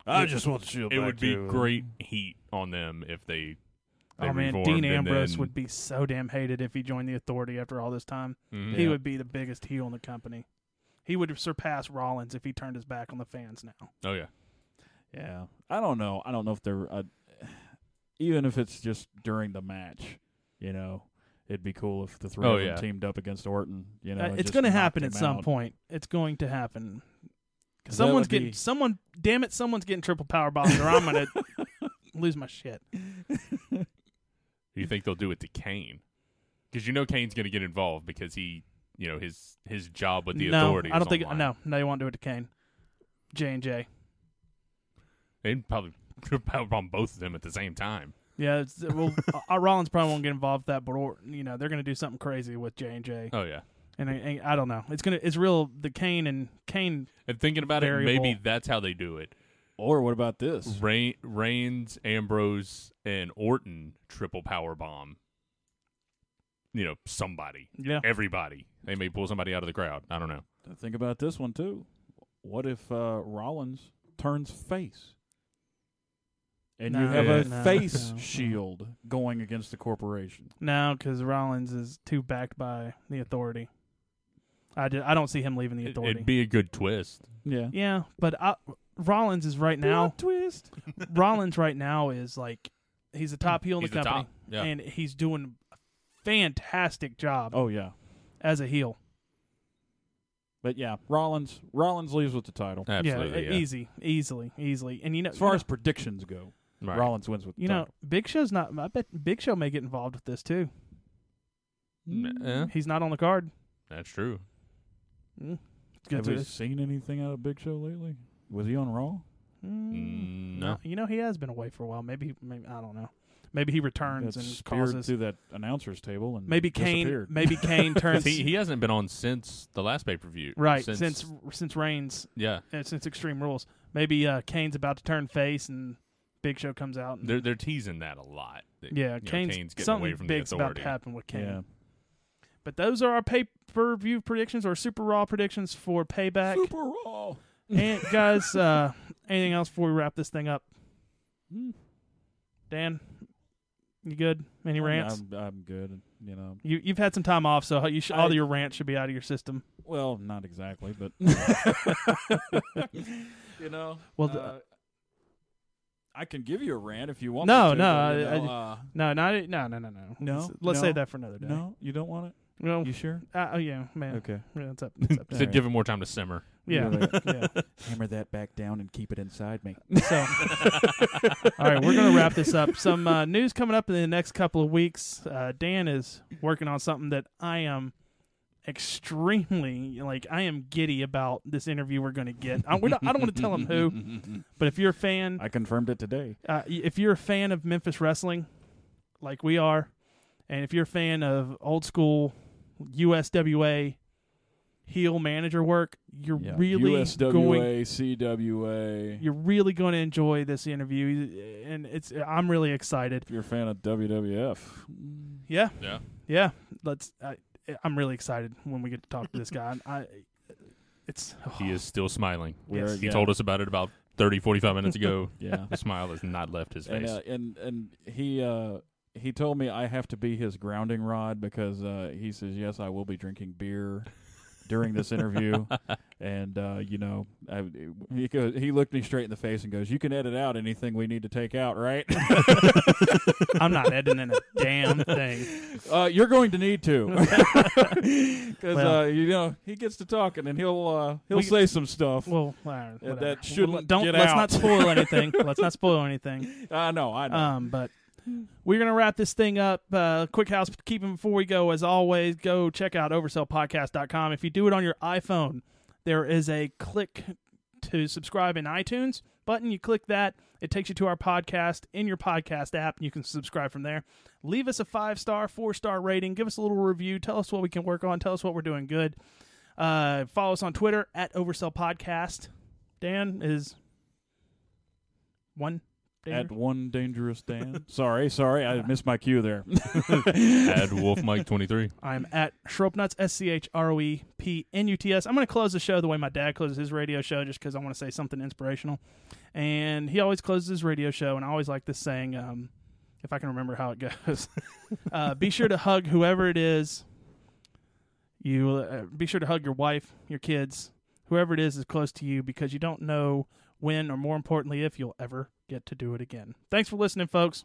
I
It-
just want the shield.
it
back,
would be
too.
great heat on them if they. they
oh man,
reformed
Dean
and
Ambrose
then-
would be so damn hated if he joined the Authority after all this time.
Mhm.
He
Mm-hmm. Yeah.
would be the biggest heel in the company. He would surpass Rollins if he turned his back on the fans now.
Oh yeah.
Yeah, I don't know. I don't know if they're uh, even if it's just during the match. You know, it'd be cool if the three
Oh,
of them
yeah.
teamed up against Orton. You know,
Uh,
and
it's
just
going to
knocked
happen
him
at some
out.
point. It's going to happen.
'Cause that
Someone's
would be-
getting someone. Damn it! Someone's getting triple power bombed, or I'm going to lose my shit.
You think they'll do it to Kane? Because you know Kane's going to get involved because he, you know, his his job with the
no,
authority.
I don't
is
think.
online.
No, no, they won't do it to Kane. J and J.
They'd probably could probably on both of them at the same time.
Yeah, it's, well, uh, Rollins probably won't get involved with that, but or, you know they're going to do something crazy with J and J,
Oh yeah.
and I- and I don't know. It's gonna. It's real. The Kane and Kane.
And thinking about it,
Variable.
maybe that's how they do it.
Or what about this?
Rain, Reigns, Ambrose, and Orton triple power bomb. You know, somebody,
Yeah.
everybody. They may pull somebody out of the crowd. I don't know.
Think about this one too. What if uh, Rollins turns face? And you
No,
have a
no, no,
face
no.
shield going against the corporation.
No, because Rollins is too backed by the authority. I, did, I don't see him leaving the
It,
authority.
would be a good twist.
Yeah.
yeah, but I, Rollins is right now.
Plot twist.
Rollins right now is like he's the top heel in
He's
the
the
company,
top, yeah.
and he's doing a fantastic job
Oh yeah.
as a heel.
But yeah, Rollins Rollins leaves with the title.
Absolutely.
yeah,
yeah.
easy, easily, easily. And you know,
As far
you
as predictions go,
Right.
Rollins wins with the
know, you know,
title.
Big Show's not. I bet Big Show may get involved with this too.
Eh,
He's not on the card.
that's true.
Mm.
Have
Good
we
to-
seen anything out of Big Show lately? Was he on Raw?
Mm,
Mm,
no, you know he has been away for a while. Maybe, maybe I don't know. Maybe he returns
Got
and
speared
causes.
through that announcer's table and
Maybe Kane.
disappeared.
Maybe Kane turns.
he, he hasn't been on since the last pay per view.
right
Since,
since since Reigns
yeah,
uh, since Extreme Rules. Maybe uh, Kane's about to turn face, and Big Show comes out. And,
they're they're teasing that a lot. that,
yeah,
you know,
Kane's,
Kane's getting
something
away from
big's
the
about
authority.
to happen with Kane.
Yeah.
But those are our pay per view predictions or Super Raw predictions for Payback.
Super Raw.
And guys, uh, anything else before we wrap this thing up?
Mm.
Dan, you good? Any
I'm-
rants?
Oh, I'm, I'm good. You know,
You you've had some time off, so you should, all
I-
your rants should be out of your system.
well, not exactly, but you know,
Well, th-
uh, I can give you a rant if you want.
No,
me to,
no,
but, you
I-
know, uh,
No, not no, no, no, no.
No?
Let's, let's
No?
save that for another day.
no, you don't want it.
Well,
You sure?
uh, oh yeah, man.
Okay.
Yeah, it's up. It's up.
So
All right.
give him more time to simmer.
yeah, yeah.
Hammer that back down and keep it inside me.
So, all right, we're going to wrap this up. Some uh, news coming up in the next couple of weeks. Uh, Dan is working on something that I am extremely like. I am giddy about this interview we're going to get. I, we're not, I don't want to tell him who, but if you're a fan,
I confirmed it today.
uh, if you're a fan of Memphis wrestling, like we are, and if you're a fan of old school USWA heel manager work, you're
Yeah.
really
USWA,
going
CWA.
you're really going to enjoy this interview and it's i'm really excited
If you're a fan of WWF,
yeah
Yeah.
yeah let's I, i'm really excited when we get to talk to this guy i it's
He is still smiling.
We're-
Yes.
He
yeah,
told us about it about 30, 45 minutes ago.
Yeah.
the smile has not left his
and
face.
uh, and and he uh, he told me I have to be his grounding rod because uh, he says yes I will be drinking beer during this interview, and uh, you know, I, he goes, he looked me straight in the face and goes, "You can edit out anything we need to take out, right?
I'm not editing a damn thing.
uh, you're going to need to, because
Well-
uh, you know he gets to talking and he'll uh, he'll
We-
say some stuff.
Well, uh, whatever.
that shouldn't
don't
get
let's
out.
not spoil anything. let's not spoil anything.
I know, I know.
Um, but we're gonna wrap this thing up. Uh, quick housekeeping before we go. As always, go check out oversellpodcast.com. If you do it on your iPhone, there is a click to subscribe in iTunes button. You click that, it takes you to our podcast in your podcast app, and you can subscribe from there. Leave us a five star, four star rating. Give us a little review. Tell us what we can work on. Tell us what we're doing good. Uh, follow us on Twitter at Oversell Podcast. Dan is one. Dan?
At one dangerous Dan. sorry, sorry, I missed my cue there. uh,
Add Wolf Mike twenty three.
I'm at Schroepnuts, S C H R O E P N U T S. I'm going to close the show the way my dad closes his radio show just because I want to say something inspirational. And he always closes his radio show, and I always like this saying, um, if I can remember how it goes. uh, be sure to hug whoever it is. You uh, be sure to hug your wife, your kids, whoever it is is close to you because you don't know when, or more importantly, if you'll ever get to do it again. Thanks for listening, folks.